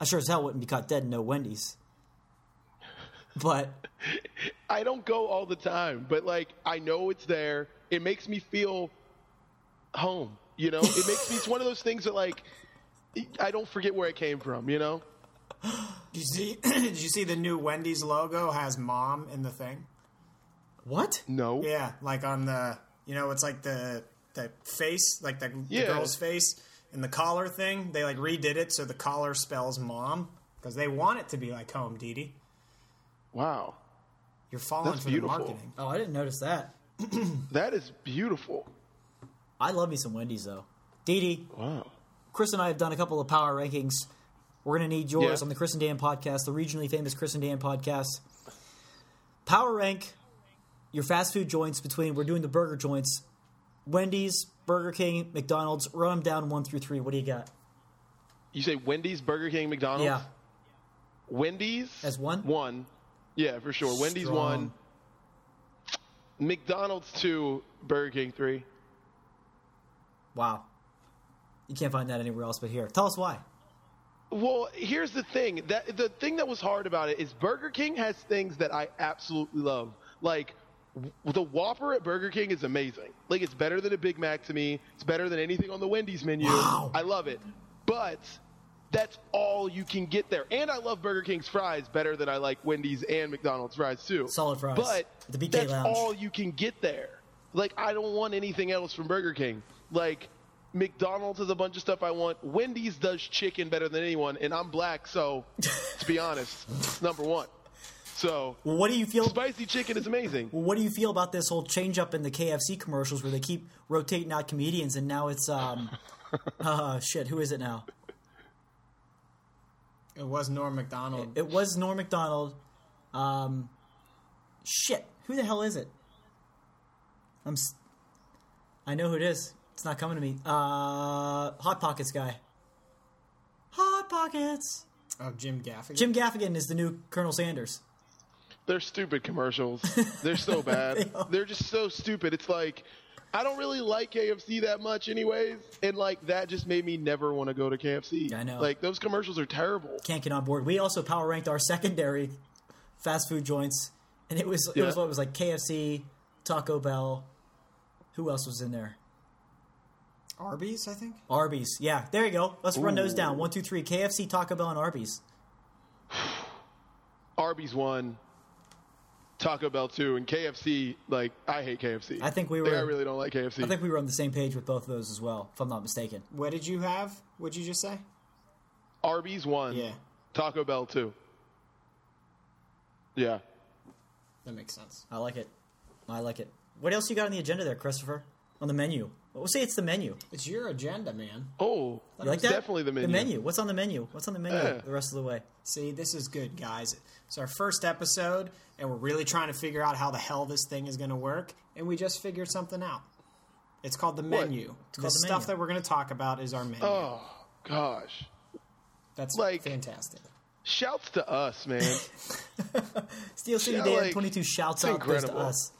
[SPEAKER 2] I sure as hell wouldn't be caught dead in no Wendy's. But
[SPEAKER 3] I don't go all the time, but like I know it's there. It makes me feel home. You know, it makes me. It's one of those things that like I don't forget where it came from. You know.
[SPEAKER 1] Did you see? <clears throat> did you see the new Wendy's logo has mom in the thing?
[SPEAKER 2] what?
[SPEAKER 3] No.
[SPEAKER 1] Yeah, like on the you know it's like the the face, like the,
[SPEAKER 3] Yeah.
[SPEAKER 1] the girl's face and the collar thing. They like redid it so the collar spells mom because they want it to be like home, Dee Dee.
[SPEAKER 3] Wow.
[SPEAKER 1] You're falling
[SPEAKER 3] That's
[SPEAKER 1] for
[SPEAKER 3] beautiful.
[SPEAKER 1] the marketing.
[SPEAKER 2] Oh, I didn't notice that.
[SPEAKER 3] That is beautiful.
[SPEAKER 2] I love me some Wendy's though. Dee Dee,
[SPEAKER 3] Wow.
[SPEAKER 2] Chris and I have done a couple of power rankings. We're gonna need yours
[SPEAKER 3] Yeah.
[SPEAKER 2] on the Chris and Dan podcast, the regionally famous Chris and Dan podcast. Power rank your fast food joints between we're doing the burger joints, Wendy's, Burger King, McDonald's. Run them down one through three. What do you got?
[SPEAKER 3] You say Wendy's, Burger King, McDonald's.
[SPEAKER 2] Yeah,
[SPEAKER 3] Wendy's
[SPEAKER 2] As one?
[SPEAKER 3] One. Yeah, for sure. Wendy's
[SPEAKER 2] Strong.
[SPEAKER 3] one. McDonald's two. Burger King three.
[SPEAKER 2] Wow. You can't find that anywhere else but here. Tell us why.
[SPEAKER 3] Well, here's the thing. That the thing that was hard about it is Burger King has things that I absolutely love. Like w- the Whopper at Burger King is amazing. Like it's better than a Big Mac to me. It's better than anything on the Wendy's menu.
[SPEAKER 2] Wow.
[SPEAKER 3] I love it. But that's all you can get there. And I love Burger King's fries better than I like Wendy's and McDonald's fries too.
[SPEAKER 2] Solid fries.
[SPEAKER 3] But
[SPEAKER 2] The BK
[SPEAKER 3] that's
[SPEAKER 2] Lounge.
[SPEAKER 3] all you can get there. Like I don't want anything else from Burger King. Like McDonald's has a bunch of stuff I want. Wendy's does chicken better than anyone, and I'm black, so to be honest,
[SPEAKER 2] <laughs>
[SPEAKER 3] it's number one. So
[SPEAKER 2] What do you feel?
[SPEAKER 3] spicy chicken is amazing.
[SPEAKER 2] What do you feel about this whole change up in the KFC commercials where they keep rotating out comedians and now it's um, <laughs> uh, shit. Who is it now?
[SPEAKER 1] It was Norm McDonald.
[SPEAKER 2] It was Norm Macdonald. Um, shit. Who the hell is it? I'm. s- I know who it is. It's not coming to me. Uh, Hot Pockets guy. Hot Pockets.
[SPEAKER 1] oh, Jim Gaffigan.
[SPEAKER 2] Jim Gaffigan is the new Colonel Sanders.
[SPEAKER 3] They're stupid commercials. They're
[SPEAKER 2] <laughs>
[SPEAKER 3] so bad. They're just so stupid. It's like I don't really like KFC that much anyways, and like that just made me never want to go to KFC.
[SPEAKER 2] I know.
[SPEAKER 3] Like those commercials are terrible.
[SPEAKER 2] Can't get on board. We also power ranked our secondary fast food joints, and it was it was
[SPEAKER 3] Yeah.
[SPEAKER 2] what it was like KFC, Taco Bell. Who else was in there?
[SPEAKER 1] Arby's, I think.
[SPEAKER 2] Arby's. Yeah, there you go. Let's run those
[SPEAKER 3] Ooh.
[SPEAKER 2] down. One, two, three. KFC, Taco Bell, and Arby's.
[SPEAKER 3] Arby's one, Taco Bell two, and KFC. Like I hate KFC.
[SPEAKER 2] I think we
[SPEAKER 3] Like,
[SPEAKER 2] were-
[SPEAKER 3] I really don't like KFC.
[SPEAKER 2] I think we were on the same page with both of those as well, if I'm not mistaken.
[SPEAKER 1] What did you have? What'd you just say?
[SPEAKER 3] Arby's one.
[SPEAKER 1] Yeah.
[SPEAKER 3] Taco Bell two. Yeah.
[SPEAKER 1] That makes sense.
[SPEAKER 2] I like it. I like it. What else you got on the agenda there, Christopher? On the menu? Well, we'll say it's the menu.
[SPEAKER 1] It's your agenda, man.
[SPEAKER 3] Oh,
[SPEAKER 2] You like that?
[SPEAKER 3] definitely the menu.
[SPEAKER 2] The menu. What's on the menu? What's on the menu
[SPEAKER 3] Yeah.
[SPEAKER 2] the rest of the way?
[SPEAKER 1] See, this is good, guys. It's our first episode, and we're really trying to figure out how the hell this thing is going to work, and we just figured something out. It's called the menu. the
[SPEAKER 2] called the
[SPEAKER 1] stuff
[SPEAKER 2] menu.
[SPEAKER 1] that we're going to talk about is our menu.
[SPEAKER 3] Oh gosh.
[SPEAKER 1] That's
[SPEAKER 3] like-
[SPEAKER 1] fantastic.
[SPEAKER 3] Shouts to us, man.
[SPEAKER 2] <laughs> Steel City
[SPEAKER 3] Yeah,
[SPEAKER 2] Dan
[SPEAKER 3] like,
[SPEAKER 2] 22 shouts
[SPEAKER 3] it's
[SPEAKER 2] out goes to
[SPEAKER 3] incredible. Oh.
[SPEAKER 2] us.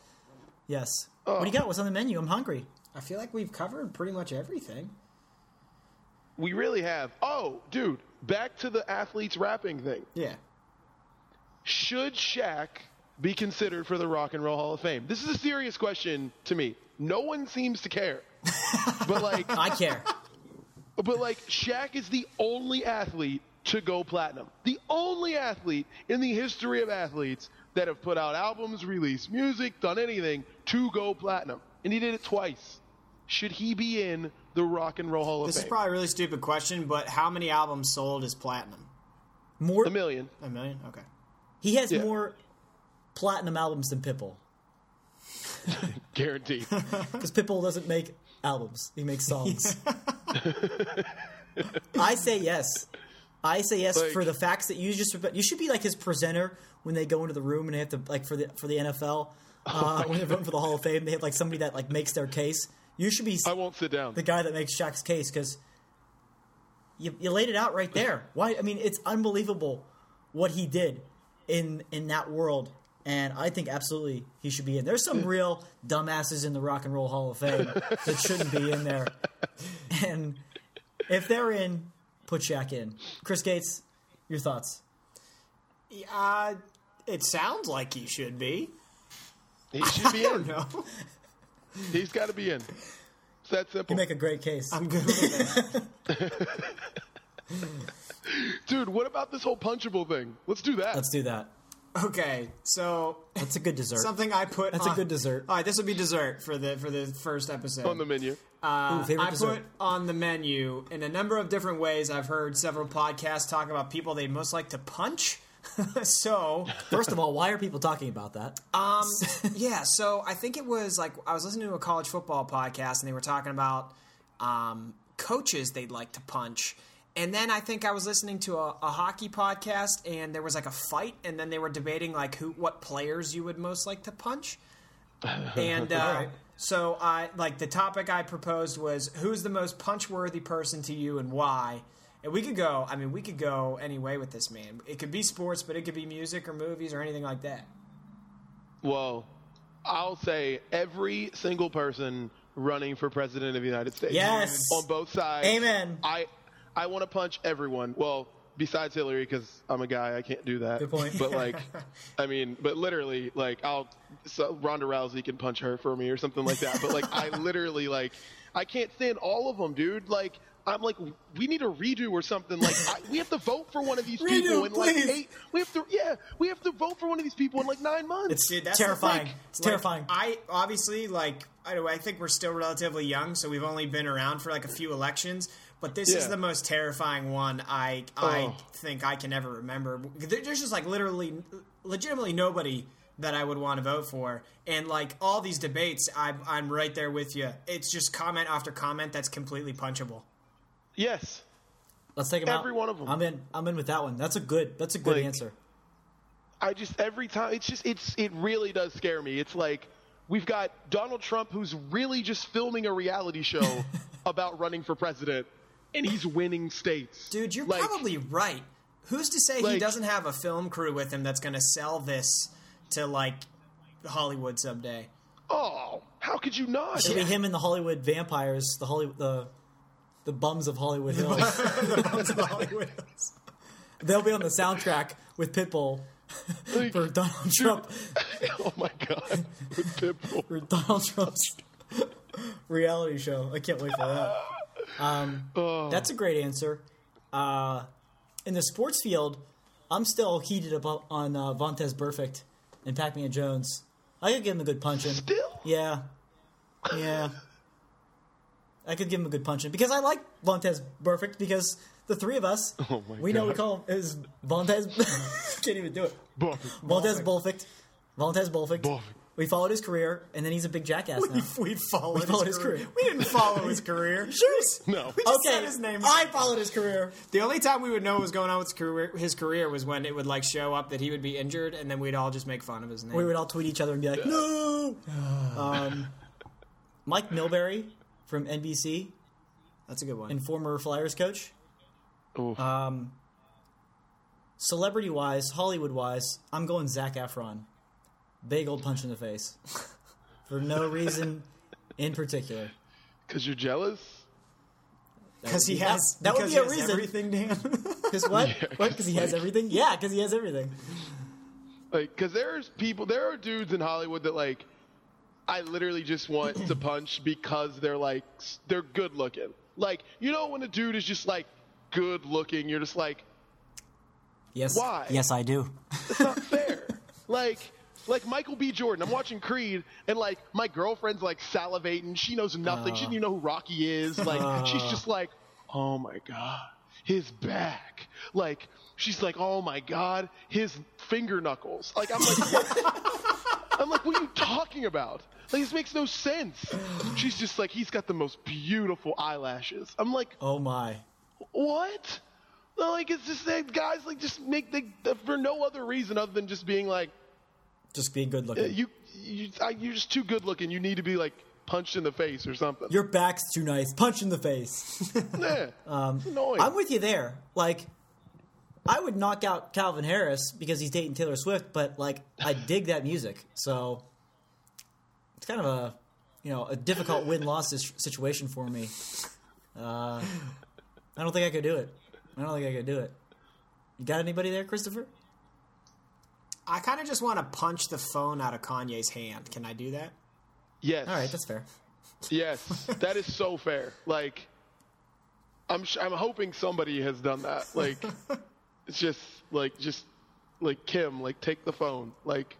[SPEAKER 2] Yes. What do you got? What's on the menu? I'm hungry.
[SPEAKER 1] I feel like we've covered pretty much everything.
[SPEAKER 3] we really have. Oh, dude, back to the athletes rapping thing.
[SPEAKER 1] Yeah.
[SPEAKER 3] Should Shaq be considered for the Rock and Roll Hall of Fame? This is a serious question to me. No one seems
[SPEAKER 2] <laughs>
[SPEAKER 3] to care. but like
[SPEAKER 2] I
[SPEAKER 3] <laughs>
[SPEAKER 2] care.
[SPEAKER 3] But like Shaq is the only athlete to go platinum. The only athlete in the history of athletes that have put out albums, released music, done anything to go platinum. And he did it twice. Should he be in the Rock and Roll Hall
[SPEAKER 1] This
[SPEAKER 3] of
[SPEAKER 1] is
[SPEAKER 3] Fame?
[SPEAKER 1] probably a really stupid question, but how many albums sold is platinum?
[SPEAKER 2] More.
[SPEAKER 3] a million.
[SPEAKER 1] A million? Okay.
[SPEAKER 2] He has
[SPEAKER 3] Yeah.
[SPEAKER 2] more platinum albums than Pitbull
[SPEAKER 3] Guaranteed.
[SPEAKER 2] because Pitbull doesn't make albums; he makes
[SPEAKER 3] <laughs>
[SPEAKER 2] songs. I say yes. I say yes
[SPEAKER 3] Like-
[SPEAKER 2] for the facts that you just. You should be like his presenter when they go into the room and they have to like for the for the NFL uh, when they're voting for the Hall of Fame. They have like somebody that like makes their case. You should be
[SPEAKER 3] I won't sit down.
[SPEAKER 2] the guy that makes Shaq's case because you, you laid it out right there. Why? I mean, it's unbelievable what he did in in that world, and I think absolutely he should be in. There's some real dumbasses in the Rock and Roll Hall of Fame that shouldn't be in there, <laughs> and if they're in, put Shaq in. Chris Gates, your thoughts?
[SPEAKER 1] Uh, it sounds like you should be.
[SPEAKER 3] He should be
[SPEAKER 1] I don't <laughs>
[SPEAKER 3] in.
[SPEAKER 1] know.
[SPEAKER 3] He's got to be in. It's that simple.
[SPEAKER 2] You make a great case.
[SPEAKER 1] I'm good with it.
[SPEAKER 3] Dude, what about this whole punchable thing? Let's do that.
[SPEAKER 2] Let's do that.
[SPEAKER 1] Okay, so
[SPEAKER 2] That's a good dessert.
[SPEAKER 1] something I put.
[SPEAKER 2] That's a
[SPEAKER 1] on-
[SPEAKER 2] good dessert.
[SPEAKER 1] All right, this will be dessert for the for the first episode.
[SPEAKER 3] on the menu.
[SPEAKER 2] Ooh, favorite
[SPEAKER 1] I
[SPEAKER 2] dessert.
[SPEAKER 1] put on the menu in a number of different ways. I've heard several podcasts talk about people they most like to punch. <laughs> so
[SPEAKER 2] First of all, why are people talking about that?
[SPEAKER 1] Um, yeah, so I think it was like I was listening to a college football podcast and they were talking about um, coaches they'd like to punch. And then I think I was listening to a, a hockey podcast and there was like a fight and then they were debating like who what players you would most like to punch. And uh, so I like the topic I proposed was who's the most punch worthy person to you and why. And we could go. I mean, we could go any way with this man. It could be sports, but it could be music or movies or anything like that.
[SPEAKER 3] Well, I'll say every single person running for president of the United States.
[SPEAKER 2] Yes.
[SPEAKER 3] On both sides.
[SPEAKER 2] Amen.
[SPEAKER 3] I I want to punch everyone. Well, besides Hillary cuz I'm a guy, I can't do that.
[SPEAKER 2] Good point. <laughs>
[SPEAKER 3] But like I mean, but literally like I'll so Ronda Rousey can
[SPEAKER 2] <laughs>
[SPEAKER 3] punch her for me or something like that. But like I literally like I can't stand all of them, dude. Like I'm like, we need a redo or something. Like, I, we have to vote for one of these people
[SPEAKER 2] <laughs> Redo,
[SPEAKER 3] in like
[SPEAKER 2] please.
[SPEAKER 3] eight. We have to, yeah, we have to vote for one of these people in like nine months.
[SPEAKER 2] It's
[SPEAKER 1] Dude, that's
[SPEAKER 2] terrifying.
[SPEAKER 1] the thing.
[SPEAKER 2] It's
[SPEAKER 1] Like,
[SPEAKER 2] terrifying.
[SPEAKER 1] I obviously like. I, don't- I think we're still relatively young, so we've only been around for like a few elections. But this is
[SPEAKER 3] Yeah.
[SPEAKER 1] the most terrifying one I I
[SPEAKER 3] Oh.
[SPEAKER 1] think I can ever remember. There- There's just like literally, legitimately nobody that I would want to vote for, and like all these debates, I'm I'm right there with you. It's just comment after comment that's completely punchable.
[SPEAKER 3] yes.
[SPEAKER 2] Let's take them out.
[SPEAKER 3] Every one of 'em.
[SPEAKER 2] I'm in. I'm in with that one. That's a good. That's a good
[SPEAKER 3] Like- <laughs>
[SPEAKER 2] answer.
[SPEAKER 3] I just every time it's just it's it really does scare me. It's like we've got Donald Trump who's really just filming a reality
[SPEAKER 2] <laughs>
[SPEAKER 3] show about running for president and he's winning states.
[SPEAKER 1] Dude, you're
[SPEAKER 3] Like,
[SPEAKER 1] probably right. Who's to say he
[SPEAKER 3] Like-
[SPEAKER 1] doesn't have a film crew with him that's going to sell this to like Hollywood someday?
[SPEAKER 3] Oh, how could you not?
[SPEAKER 2] Should be him and the Hollywood vampires, the Holly, the the bums of Hollywood
[SPEAKER 3] <laughs>
[SPEAKER 2] Hills. <laughs> They'll be on the soundtrack with Pitbull <laughs>
[SPEAKER 3] Like,
[SPEAKER 2] for Donald Trump
[SPEAKER 3] <laughs> oh my
[SPEAKER 2] <laughs>
[SPEAKER 3] god. With Pitbull.
[SPEAKER 2] for Donald Trump's <laughs> reality show. I can't wait for that.
[SPEAKER 3] Oh.
[SPEAKER 2] Um, that's a great answer. Uh, in the sports field, I'm still heated about on uh, Vontez Perfect and Pac-Man Jones. I could give him a good punch in.
[SPEAKER 3] Still?
[SPEAKER 2] Yeah. Yeah. I could give him a good punch in because I like Vontez Perfect because the three of us,
[SPEAKER 1] Oh
[SPEAKER 3] my
[SPEAKER 2] we know we
[SPEAKER 3] God.
[SPEAKER 2] call him is Vontez. <laughs> can't even do it.
[SPEAKER 3] Buff.
[SPEAKER 2] Vontez Bulfict. Vontez Bulfict.
[SPEAKER 3] Bulfict.
[SPEAKER 2] We followed his career, and then he's a big jackass
[SPEAKER 1] <laughs>
[SPEAKER 2] now.
[SPEAKER 1] We followed,
[SPEAKER 2] followed
[SPEAKER 1] his,
[SPEAKER 2] his
[SPEAKER 1] career.
[SPEAKER 2] career.
[SPEAKER 1] We didn't follow <laughs> his career. sure.
[SPEAKER 3] No.
[SPEAKER 1] We just said
[SPEAKER 2] Okay,
[SPEAKER 1] his name.
[SPEAKER 2] I followed his career.
[SPEAKER 1] the only time we would know what was going on with his career, his career was when it would like show up that he would be injured, and then we'd all just make fun of his name.
[SPEAKER 2] We would all tweet each other and be like, "No." Um, Mike Milbury from NBC
[SPEAKER 1] That's a good one.
[SPEAKER 2] and former Flyers coach.
[SPEAKER 3] Ooh.
[SPEAKER 2] uh, Celebrity wise, Hollywood wise, I'm going Zach Efron. Big old punch in the face <laughs> for no reason in particular.
[SPEAKER 3] Cuz you're jealous?
[SPEAKER 1] Because he has
[SPEAKER 2] that, that would
[SPEAKER 1] because
[SPEAKER 2] be a
[SPEAKER 1] he has Everything,
[SPEAKER 2] reason. <laughs>
[SPEAKER 1] Dan.
[SPEAKER 2] Because what? what? Because he has
[SPEAKER 3] like-
[SPEAKER 2] everything. Yeah, because he has everything.
[SPEAKER 3] Like, cause there's people, there are dudes in Hollywood that like, I literally just want to punch because they're like, s- they're good looking. Like, you know when a dude is just like good looking, you're just like,
[SPEAKER 2] Yes.
[SPEAKER 3] Why?
[SPEAKER 2] Yes, I do.
[SPEAKER 3] it's not fair. like, like Michael B. Jordan. I'm watching Creed, and like my girlfriend's like salivating. She knows nothing. she doesn't even know who Rocky is. Like, she's just like, oh my god, his back. Like, she's like, oh my god, his finger knuckles. Like, I'm like. I'm like, what are you talking about? Like, this makes no sense. She's just like, he's got the most beautiful eyelashes. I'm like,
[SPEAKER 2] Oh my.
[SPEAKER 3] what? No, Like, it's just that guys, like, just make, they, for no other reason other than just being like,
[SPEAKER 2] Just being good looking.
[SPEAKER 3] Uh, you, you, I, you're just too good looking. You need to be, like, punched in the face or something.
[SPEAKER 2] Your back's too nice. Punch in the face. <laughs>
[SPEAKER 3] yeah. it's annoying.
[SPEAKER 2] Um, I'm with you there. Like, I would knock out Calvin Harris because he's dating Taylor Swift, but like,
[SPEAKER 3] <laughs>
[SPEAKER 2] I dig that music. So it's kind of a, you know, a
[SPEAKER 3] <laughs>
[SPEAKER 2] difficult win loss situation for me. Uh, I don't think I could do it. I don't think I could do it. You got anybody there, Christopher?
[SPEAKER 1] <laughs> I kind of just want to punch the phone out of Kanye's hand. Can I do that?
[SPEAKER 3] yes.
[SPEAKER 2] All right, that's fair.
[SPEAKER 3] yes. that is so fair. Like, I'm, sh- I'm hoping somebody has done that.
[SPEAKER 2] <laughs>
[SPEAKER 3] Like, it's just, like, just, like, Kim, like, take the phone. Like,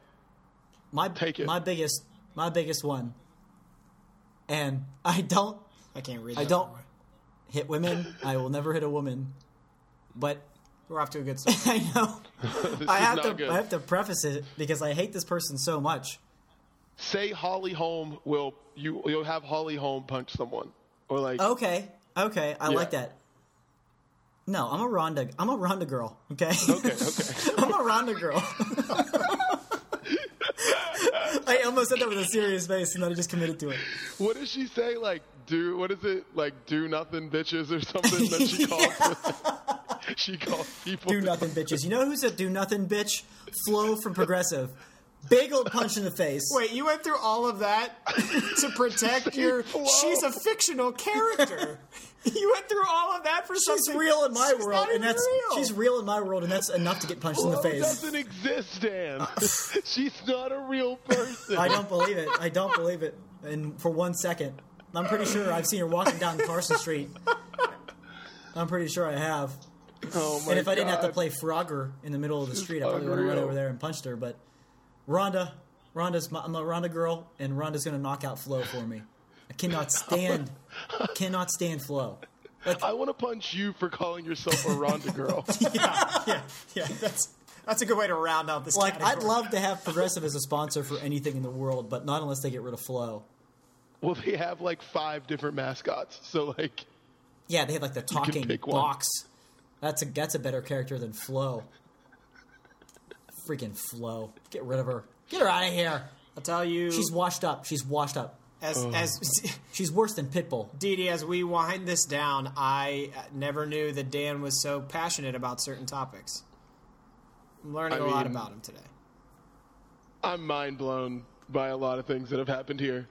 [SPEAKER 2] My
[SPEAKER 3] Take it.
[SPEAKER 2] my biggest my biggest one, and I don't
[SPEAKER 1] I can't read.
[SPEAKER 2] I
[SPEAKER 1] that
[SPEAKER 2] don't
[SPEAKER 1] one.
[SPEAKER 2] hit women. I will never hit a woman, but <laughs>
[SPEAKER 1] We're off to a good start.
[SPEAKER 2] I know.
[SPEAKER 3] this
[SPEAKER 2] I
[SPEAKER 3] is
[SPEAKER 2] have
[SPEAKER 3] not
[SPEAKER 2] to
[SPEAKER 3] good.
[SPEAKER 2] I have to preface it because I hate this person so much.
[SPEAKER 3] say Holly Holm will you you'll have Holly Holm punch someone or like
[SPEAKER 2] Okay, okay, I
[SPEAKER 3] Yeah.
[SPEAKER 2] like that. No, I'm a Rhonda. I'm a Rhonda girl. Okay,
[SPEAKER 3] okay okay
[SPEAKER 2] <laughs> I'm a Rhonda girl. <laughs> I almost said that with a serious face, and then I just committed to it.
[SPEAKER 3] what does she say like do what is it like do nothing bitches or something
[SPEAKER 2] <laughs>
[SPEAKER 3] that she calls <laughs> she calls people
[SPEAKER 2] Do nothing, bitches. You know who said "do nothing, bitch"? Flo from Progressive. Big old punch in the face.
[SPEAKER 1] <laughs> Wait, you went through all of that <laughs> to protect <laughs> your.
[SPEAKER 3] Flo.
[SPEAKER 1] She's a fictional <laughs> character. you went through all of that for
[SPEAKER 2] she's
[SPEAKER 1] something.
[SPEAKER 2] real in my
[SPEAKER 1] She's
[SPEAKER 2] world,
[SPEAKER 1] not
[SPEAKER 2] and
[SPEAKER 1] even
[SPEAKER 2] that's
[SPEAKER 1] real.
[SPEAKER 2] she's real in my world, and that's enough to get punched in the
[SPEAKER 3] Love
[SPEAKER 2] face.
[SPEAKER 3] doesn't
[SPEAKER 2] <laughs>
[SPEAKER 3] exist Dan she's not a real person
[SPEAKER 2] I don't believe it. I don't believe it. And for one second, I'm pretty sure I've seen her walking down Carson Street I'm pretty sure I have.
[SPEAKER 3] Oh my
[SPEAKER 2] And if I didn't have to
[SPEAKER 3] God.
[SPEAKER 2] play Frogger in the middle of the street, I probably would have run
[SPEAKER 3] unreal.
[SPEAKER 2] over there and punched her. But Rhonda, Rhonda's my, I'm a Rhonda girl, and Rhonda's gonna knock out Flo for me. I cannot stand, cannot stand Flo.
[SPEAKER 3] <laughs> I want to punch you for calling yourself a Ronda
[SPEAKER 2] <laughs>
[SPEAKER 3] girl.
[SPEAKER 1] yeah, <laughs> yeah. That's that's a good way to round out this.
[SPEAKER 2] Like I'd
[SPEAKER 1] category.
[SPEAKER 2] love to have Progressive as a sponsor for anything in the world, but not unless they get rid of Flo.
[SPEAKER 3] well, they have like five different mascots, so like
[SPEAKER 2] Yeah, they had like the talking
[SPEAKER 3] pick one.
[SPEAKER 2] box. That's a that's a better character than Flo. Freaking Flo, get rid of her. Get her out of here.
[SPEAKER 1] I'll tell you.
[SPEAKER 2] She's washed up. She's washed up.
[SPEAKER 1] as <laughs> as
[SPEAKER 2] She's worse than Pitbull.
[SPEAKER 1] Didi, as we wind this down, I uh, never knew that Dan was so passionate about certain topics. I'm learning
[SPEAKER 3] I
[SPEAKER 1] a lot
[SPEAKER 3] mean-
[SPEAKER 1] about him today.
[SPEAKER 3] I'm mind blown by a lot of things that have happened here.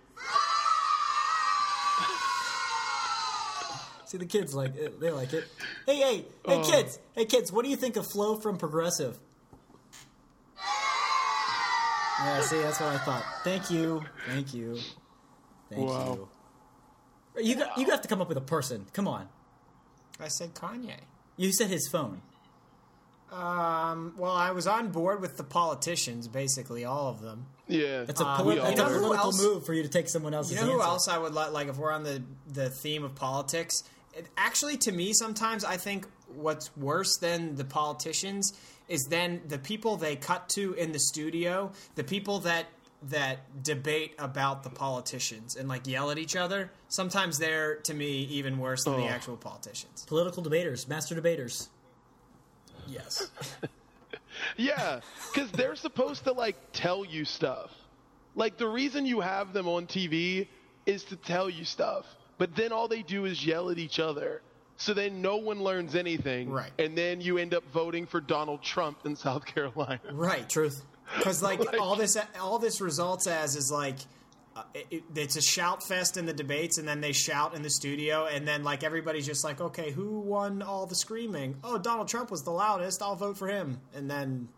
[SPEAKER 2] See the kids like it. they like it. Hey hey
[SPEAKER 3] Oh.
[SPEAKER 2] hey kids hey kids, what do you think of Flo from Progressive? Yeah, see that's what I thought. Thank you, thank you, thank
[SPEAKER 3] Wow.
[SPEAKER 2] you. You got, you have to come up with a person. Come on,
[SPEAKER 1] I said Kanye.
[SPEAKER 2] you said his phone.
[SPEAKER 1] Um, well, I was on board with the politicians, basically all of them.
[SPEAKER 3] Yeah,
[SPEAKER 2] That's a,
[SPEAKER 3] Uh, we
[SPEAKER 2] poli-
[SPEAKER 3] all
[SPEAKER 2] that's a
[SPEAKER 1] know who
[SPEAKER 3] are.
[SPEAKER 2] political
[SPEAKER 1] else-
[SPEAKER 2] move for you to take someone else's
[SPEAKER 1] You know who
[SPEAKER 2] answer.
[SPEAKER 1] else I would like? Like, if we're on the the theme of politics, it, actually, to me, sometimes I think what's worse than the politicians is then the people they cut to in the studio, the people that that debate about the politicians and like yell at each other. Sometimes they're to me even worse than the
[SPEAKER 3] Oh.
[SPEAKER 1] actual politicians.
[SPEAKER 2] Political debaters, master debaters.
[SPEAKER 1] Yes.
[SPEAKER 3] Yeah, because they're supposed to like tell you stuff. Like the reason you have them on TV is to tell you stuff, but then all they do is yell at each other. So then no one learns anything,
[SPEAKER 1] Right.
[SPEAKER 3] And then you end up voting for Donald Trump in South Carolina. <laughs>
[SPEAKER 1] Right.
[SPEAKER 2] Truth.
[SPEAKER 1] Because
[SPEAKER 2] <laughs>
[SPEAKER 1] like, all this, all this results as is like, uh, it, it's a shout fest in the debates, and then they shout in the studio, and then like everybody's just like, okay, who won all the screaming? Oh, Donald Trump was the loudest. I'll vote for him, and then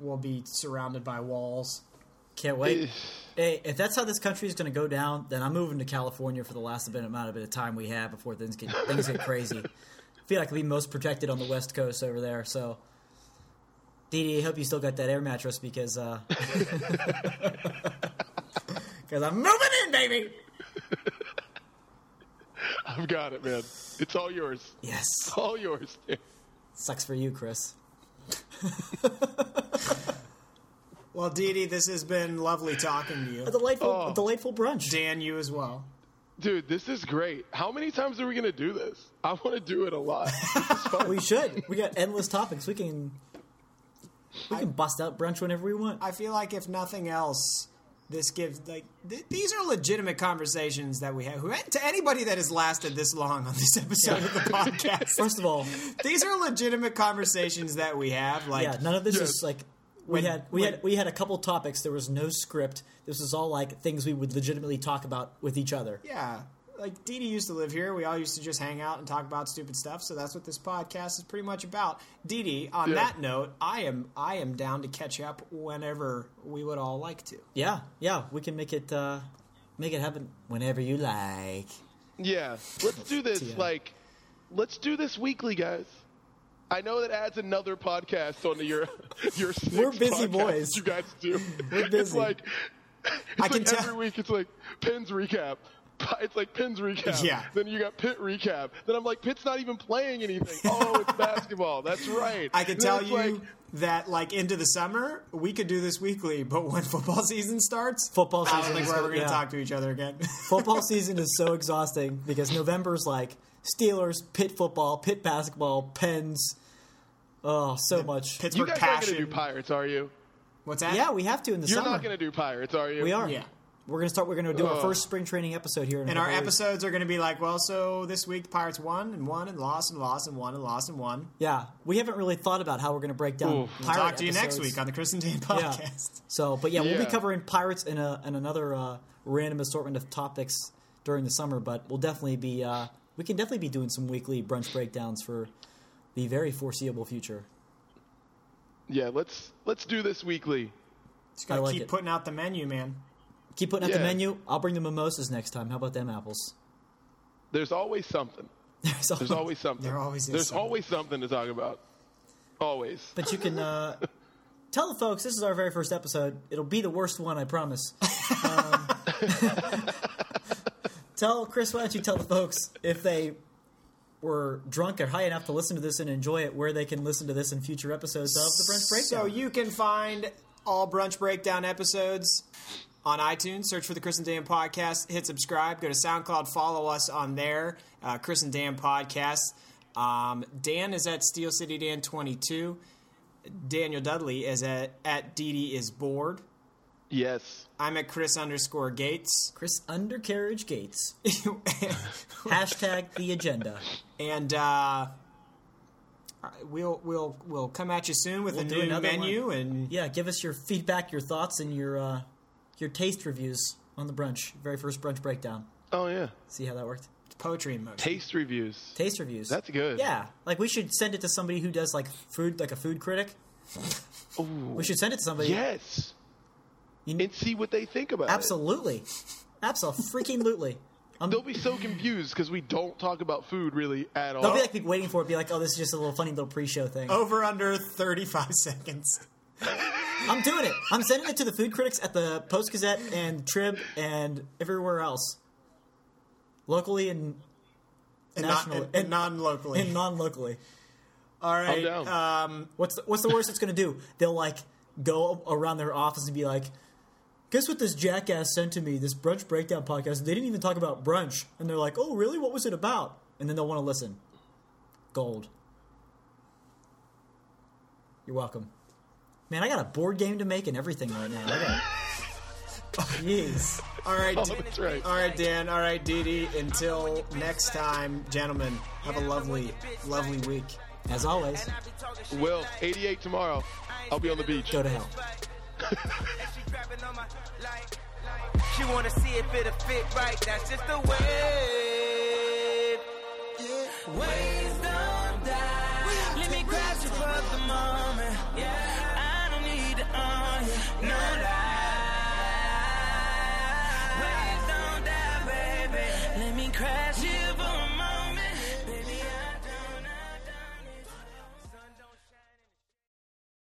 [SPEAKER 1] we'll be surrounded by walls.
[SPEAKER 2] Can't wait. hey, if that's how this country is going to go down, then I'm moving to California for the last bit amount of bit of time we have before things get things
[SPEAKER 1] <laughs>
[SPEAKER 2] get crazy. Feel like I'll be most protected on the West Coast over there. So, Didi, I hope you still got that air mattress
[SPEAKER 1] <laughs>
[SPEAKER 2] because uh, <laughs> because I'm moving in, baby.
[SPEAKER 3] I've got it, man. It's all yours.
[SPEAKER 2] Yes,
[SPEAKER 3] All yours. dude.
[SPEAKER 2] sucks for you, Chris.
[SPEAKER 1] Well, Dee Dee, this has been lovely talking to
[SPEAKER 2] A
[SPEAKER 1] you.
[SPEAKER 2] delightful,
[SPEAKER 3] Oh.
[SPEAKER 2] a delightful
[SPEAKER 1] <laughs>
[SPEAKER 2] brunch.
[SPEAKER 1] Dan, you as well.
[SPEAKER 3] Dude, this is great. How many times are we gonna do this? I want to do it a lot.
[SPEAKER 2] We should. We got endless topics. We can we can bust out brunch whenever we want.
[SPEAKER 1] I feel like if nothing else, this gives like th- these are legitimate conversations that we have. Who to anybody that has lasted this long on this episode
[SPEAKER 2] <laughs>
[SPEAKER 1] of the podcast,
[SPEAKER 2] First of all,
[SPEAKER 1] these are legitimate conversations that we have. Like,
[SPEAKER 2] yeah, none of this
[SPEAKER 3] Yes.
[SPEAKER 2] is like we
[SPEAKER 1] When-
[SPEAKER 2] had we
[SPEAKER 1] when-
[SPEAKER 2] had we had a couple topics. There was no script. This was all like things we would legitimately talk about with each other.
[SPEAKER 1] yeah, like Dee Dee used to live here. We all used to just hang out and talk about stupid stuff. So that's what this podcast is pretty much about. Dee Dee, on
[SPEAKER 3] Yeah.
[SPEAKER 1] that note, I am I am down to catch up whenever we would all like to.
[SPEAKER 2] Yeah, yeah, we can make it uh make it happen whenever you like.
[SPEAKER 3] Yeah, let's do this.
[SPEAKER 2] Yeah.
[SPEAKER 3] Like, let's do this weekly, guys. I know that adds another podcast onto your <laughs> your. Six
[SPEAKER 2] We're busy
[SPEAKER 3] podcasts
[SPEAKER 2] boys.
[SPEAKER 3] You guys do.
[SPEAKER 2] We're
[SPEAKER 3] It's
[SPEAKER 2] busy.
[SPEAKER 3] like it's like
[SPEAKER 1] can tell-
[SPEAKER 3] every week. It's like pins recap. <laughs> It's like pins recap.
[SPEAKER 1] Yeah.
[SPEAKER 3] Then you got pit recap. Then I'm like, pit's not even
[SPEAKER 2] <laughs>
[SPEAKER 3] playing anything. Oh, it's basketball. That's right.
[SPEAKER 1] I can
[SPEAKER 3] Then
[SPEAKER 1] tell
[SPEAKER 3] it's
[SPEAKER 1] you
[SPEAKER 3] like-
[SPEAKER 1] that, like, into the summer, we could do this weekly, but when <laughs> football season starts,
[SPEAKER 2] Football
[SPEAKER 1] I don't
[SPEAKER 2] season
[SPEAKER 1] think
[SPEAKER 2] is
[SPEAKER 1] we're ever going to
[SPEAKER 2] yeah.
[SPEAKER 1] talk to each other again.
[SPEAKER 2] Football season is so exhausting because November's like Steelers, pit football, pit basketball, Pens. Oh, so much.
[SPEAKER 1] <laughs>
[SPEAKER 3] you
[SPEAKER 1] Pittsburgh
[SPEAKER 3] guys aren't
[SPEAKER 1] passion.
[SPEAKER 3] gonna do pirates, are you?
[SPEAKER 1] What's that?
[SPEAKER 2] Yeah, we have to in the
[SPEAKER 3] You're
[SPEAKER 2] summer.
[SPEAKER 3] not gonna do pirates, are you?
[SPEAKER 2] we are.
[SPEAKER 1] Yeah.
[SPEAKER 2] We're gonna start. We're gonna do our
[SPEAKER 3] Ugh.
[SPEAKER 2] first spring training episode here in a
[SPEAKER 1] and our
[SPEAKER 2] couple weeks.
[SPEAKER 1] episodes are going to be like, well, so this week the Pirates won and won and lost and lost and won and lost and won.
[SPEAKER 2] Yeah, we haven't really thought about how we're going to break down
[SPEAKER 3] Oof.
[SPEAKER 2] pirate
[SPEAKER 1] Talk to you next
[SPEAKER 2] episodes.
[SPEAKER 1] week on the Chris and Dan
[SPEAKER 2] Yeah.
[SPEAKER 1] podcast.
[SPEAKER 2] So, but yeah, we'll be
[SPEAKER 3] Yeah.
[SPEAKER 2] covering pirates and a and another uh, random assortment of topics during the summer. But we'll definitely be uh, we can definitely be doing some weekly brunch breakdowns for the very foreseeable future.
[SPEAKER 3] Yeah. Let's let's do this weekly.
[SPEAKER 1] Just got to
[SPEAKER 2] I like
[SPEAKER 1] keep
[SPEAKER 2] it.
[SPEAKER 1] putting out the menu, man.
[SPEAKER 2] Keep putting up
[SPEAKER 3] Yeah.
[SPEAKER 2] the menu. I'll bring the mimosas next time. How about them apples? <laughs>
[SPEAKER 3] There's always something.
[SPEAKER 2] There's <laughs>
[SPEAKER 3] There's always something.
[SPEAKER 2] There always is
[SPEAKER 3] There's
[SPEAKER 2] something.
[SPEAKER 3] always something to talk about. Always.
[SPEAKER 2] But you can uh, tell the folks this is our very first episode. It'll be the worst one, I promise. Um, <laughs> tell Chris, why don't you tell the folks if they were drunk or high enough to listen to this and enjoy it, where they can listen to this in future episodes of the Brunch
[SPEAKER 1] So
[SPEAKER 2] Breakdown.
[SPEAKER 1] you can find all brunch breakdown episodes on iTunes. Search for the Chris and Dan podcast. Hit subscribe. Go to SoundCloud. Follow us on there. Uh, Chris and Dan podcast. Um, Dan is at Steel City Dan twenty two. Daniel Dudley is at at DD is bored.
[SPEAKER 3] Yes.
[SPEAKER 1] I'm at Chris underscore Gates.
[SPEAKER 2] Chris Undercarriage Gates. Hashtag the agenda.
[SPEAKER 1] <laughs> and uh, we'll we'll we'll come at you soon with
[SPEAKER 2] We'll
[SPEAKER 1] a
[SPEAKER 2] do
[SPEAKER 1] new
[SPEAKER 2] another
[SPEAKER 1] menu
[SPEAKER 2] one.
[SPEAKER 1] and
[SPEAKER 2] Yeah, give us your feedback, your thoughts, and your uh, your taste reviews on the brunch. Very first brunch breakdown.
[SPEAKER 3] Oh yeah.
[SPEAKER 2] See how that worked.
[SPEAKER 1] poetry in motion.
[SPEAKER 3] Taste reviews.
[SPEAKER 2] Taste reviews.
[SPEAKER 3] That's good.
[SPEAKER 2] Yeah, like we should send it to somebody who does like food, like a food critic. We should send it to somebody.
[SPEAKER 3] Yes.
[SPEAKER 2] You-
[SPEAKER 3] and see what they think about it.
[SPEAKER 2] absolutely, absolutely,
[SPEAKER 1] <laughs>
[SPEAKER 2] freaking lutely.
[SPEAKER 3] They'll be so confused because we don't talk about food really at all.
[SPEAKER 2] They'll be like be waiting for it. Be like, oh, this is just a little funny little pre-show thing.
[SPEAKER 1] Over under thirty five <laughs> seconds.
[SPEAKER 2] I'm doing it. I'm sending it to the food critics at the Post Gazette and Trib and everywhere else, locally and
[SPEAKER 1] And
[SPEAKER 2] nationally
[SPEAKER 1] non, and non locally.
[SPEAKER 2] and non-locally.
[SPEAKER 1] All right.
[SPEAKER 3] down.
[SPEAKER 1] Um,
[SPEAKER 2] What's the, what's the worst it's going to do? They'll like go around their office and be like, "Guess what this jackass sent to me? This brunch breakdown podcast. They didn't even talk about brunch." And they're like, "Oh, really? What was it about?" And then they'll want to listen. Gold. You're welcome. Man, I got a board game to make and everything right now. I got- <laughs> Jeez.
[SPEAKER 1] all right.
[SPEAKER 3] Oh,
[SPEAKER 1] Dan-
[SPEAKER 3] that's right.
[SPEAKER 1] All right, Dan. All right, Dee Dee. Until next time, gentlemen. Have a lovely, lovely week.
[SPEAKER 2] As always,
[SPEAKER 3] Well, 88 tomorrow. I'll be on the beach.
[SPEAKER 2] go to hell.
[SPEAKER 4] She wanna see if it'll fit right. That's just the way. Ways don't die. Let me grab you for the moment. Yeah, I don't need to own you. No lie. Ways don't die, baby. Let me crash you.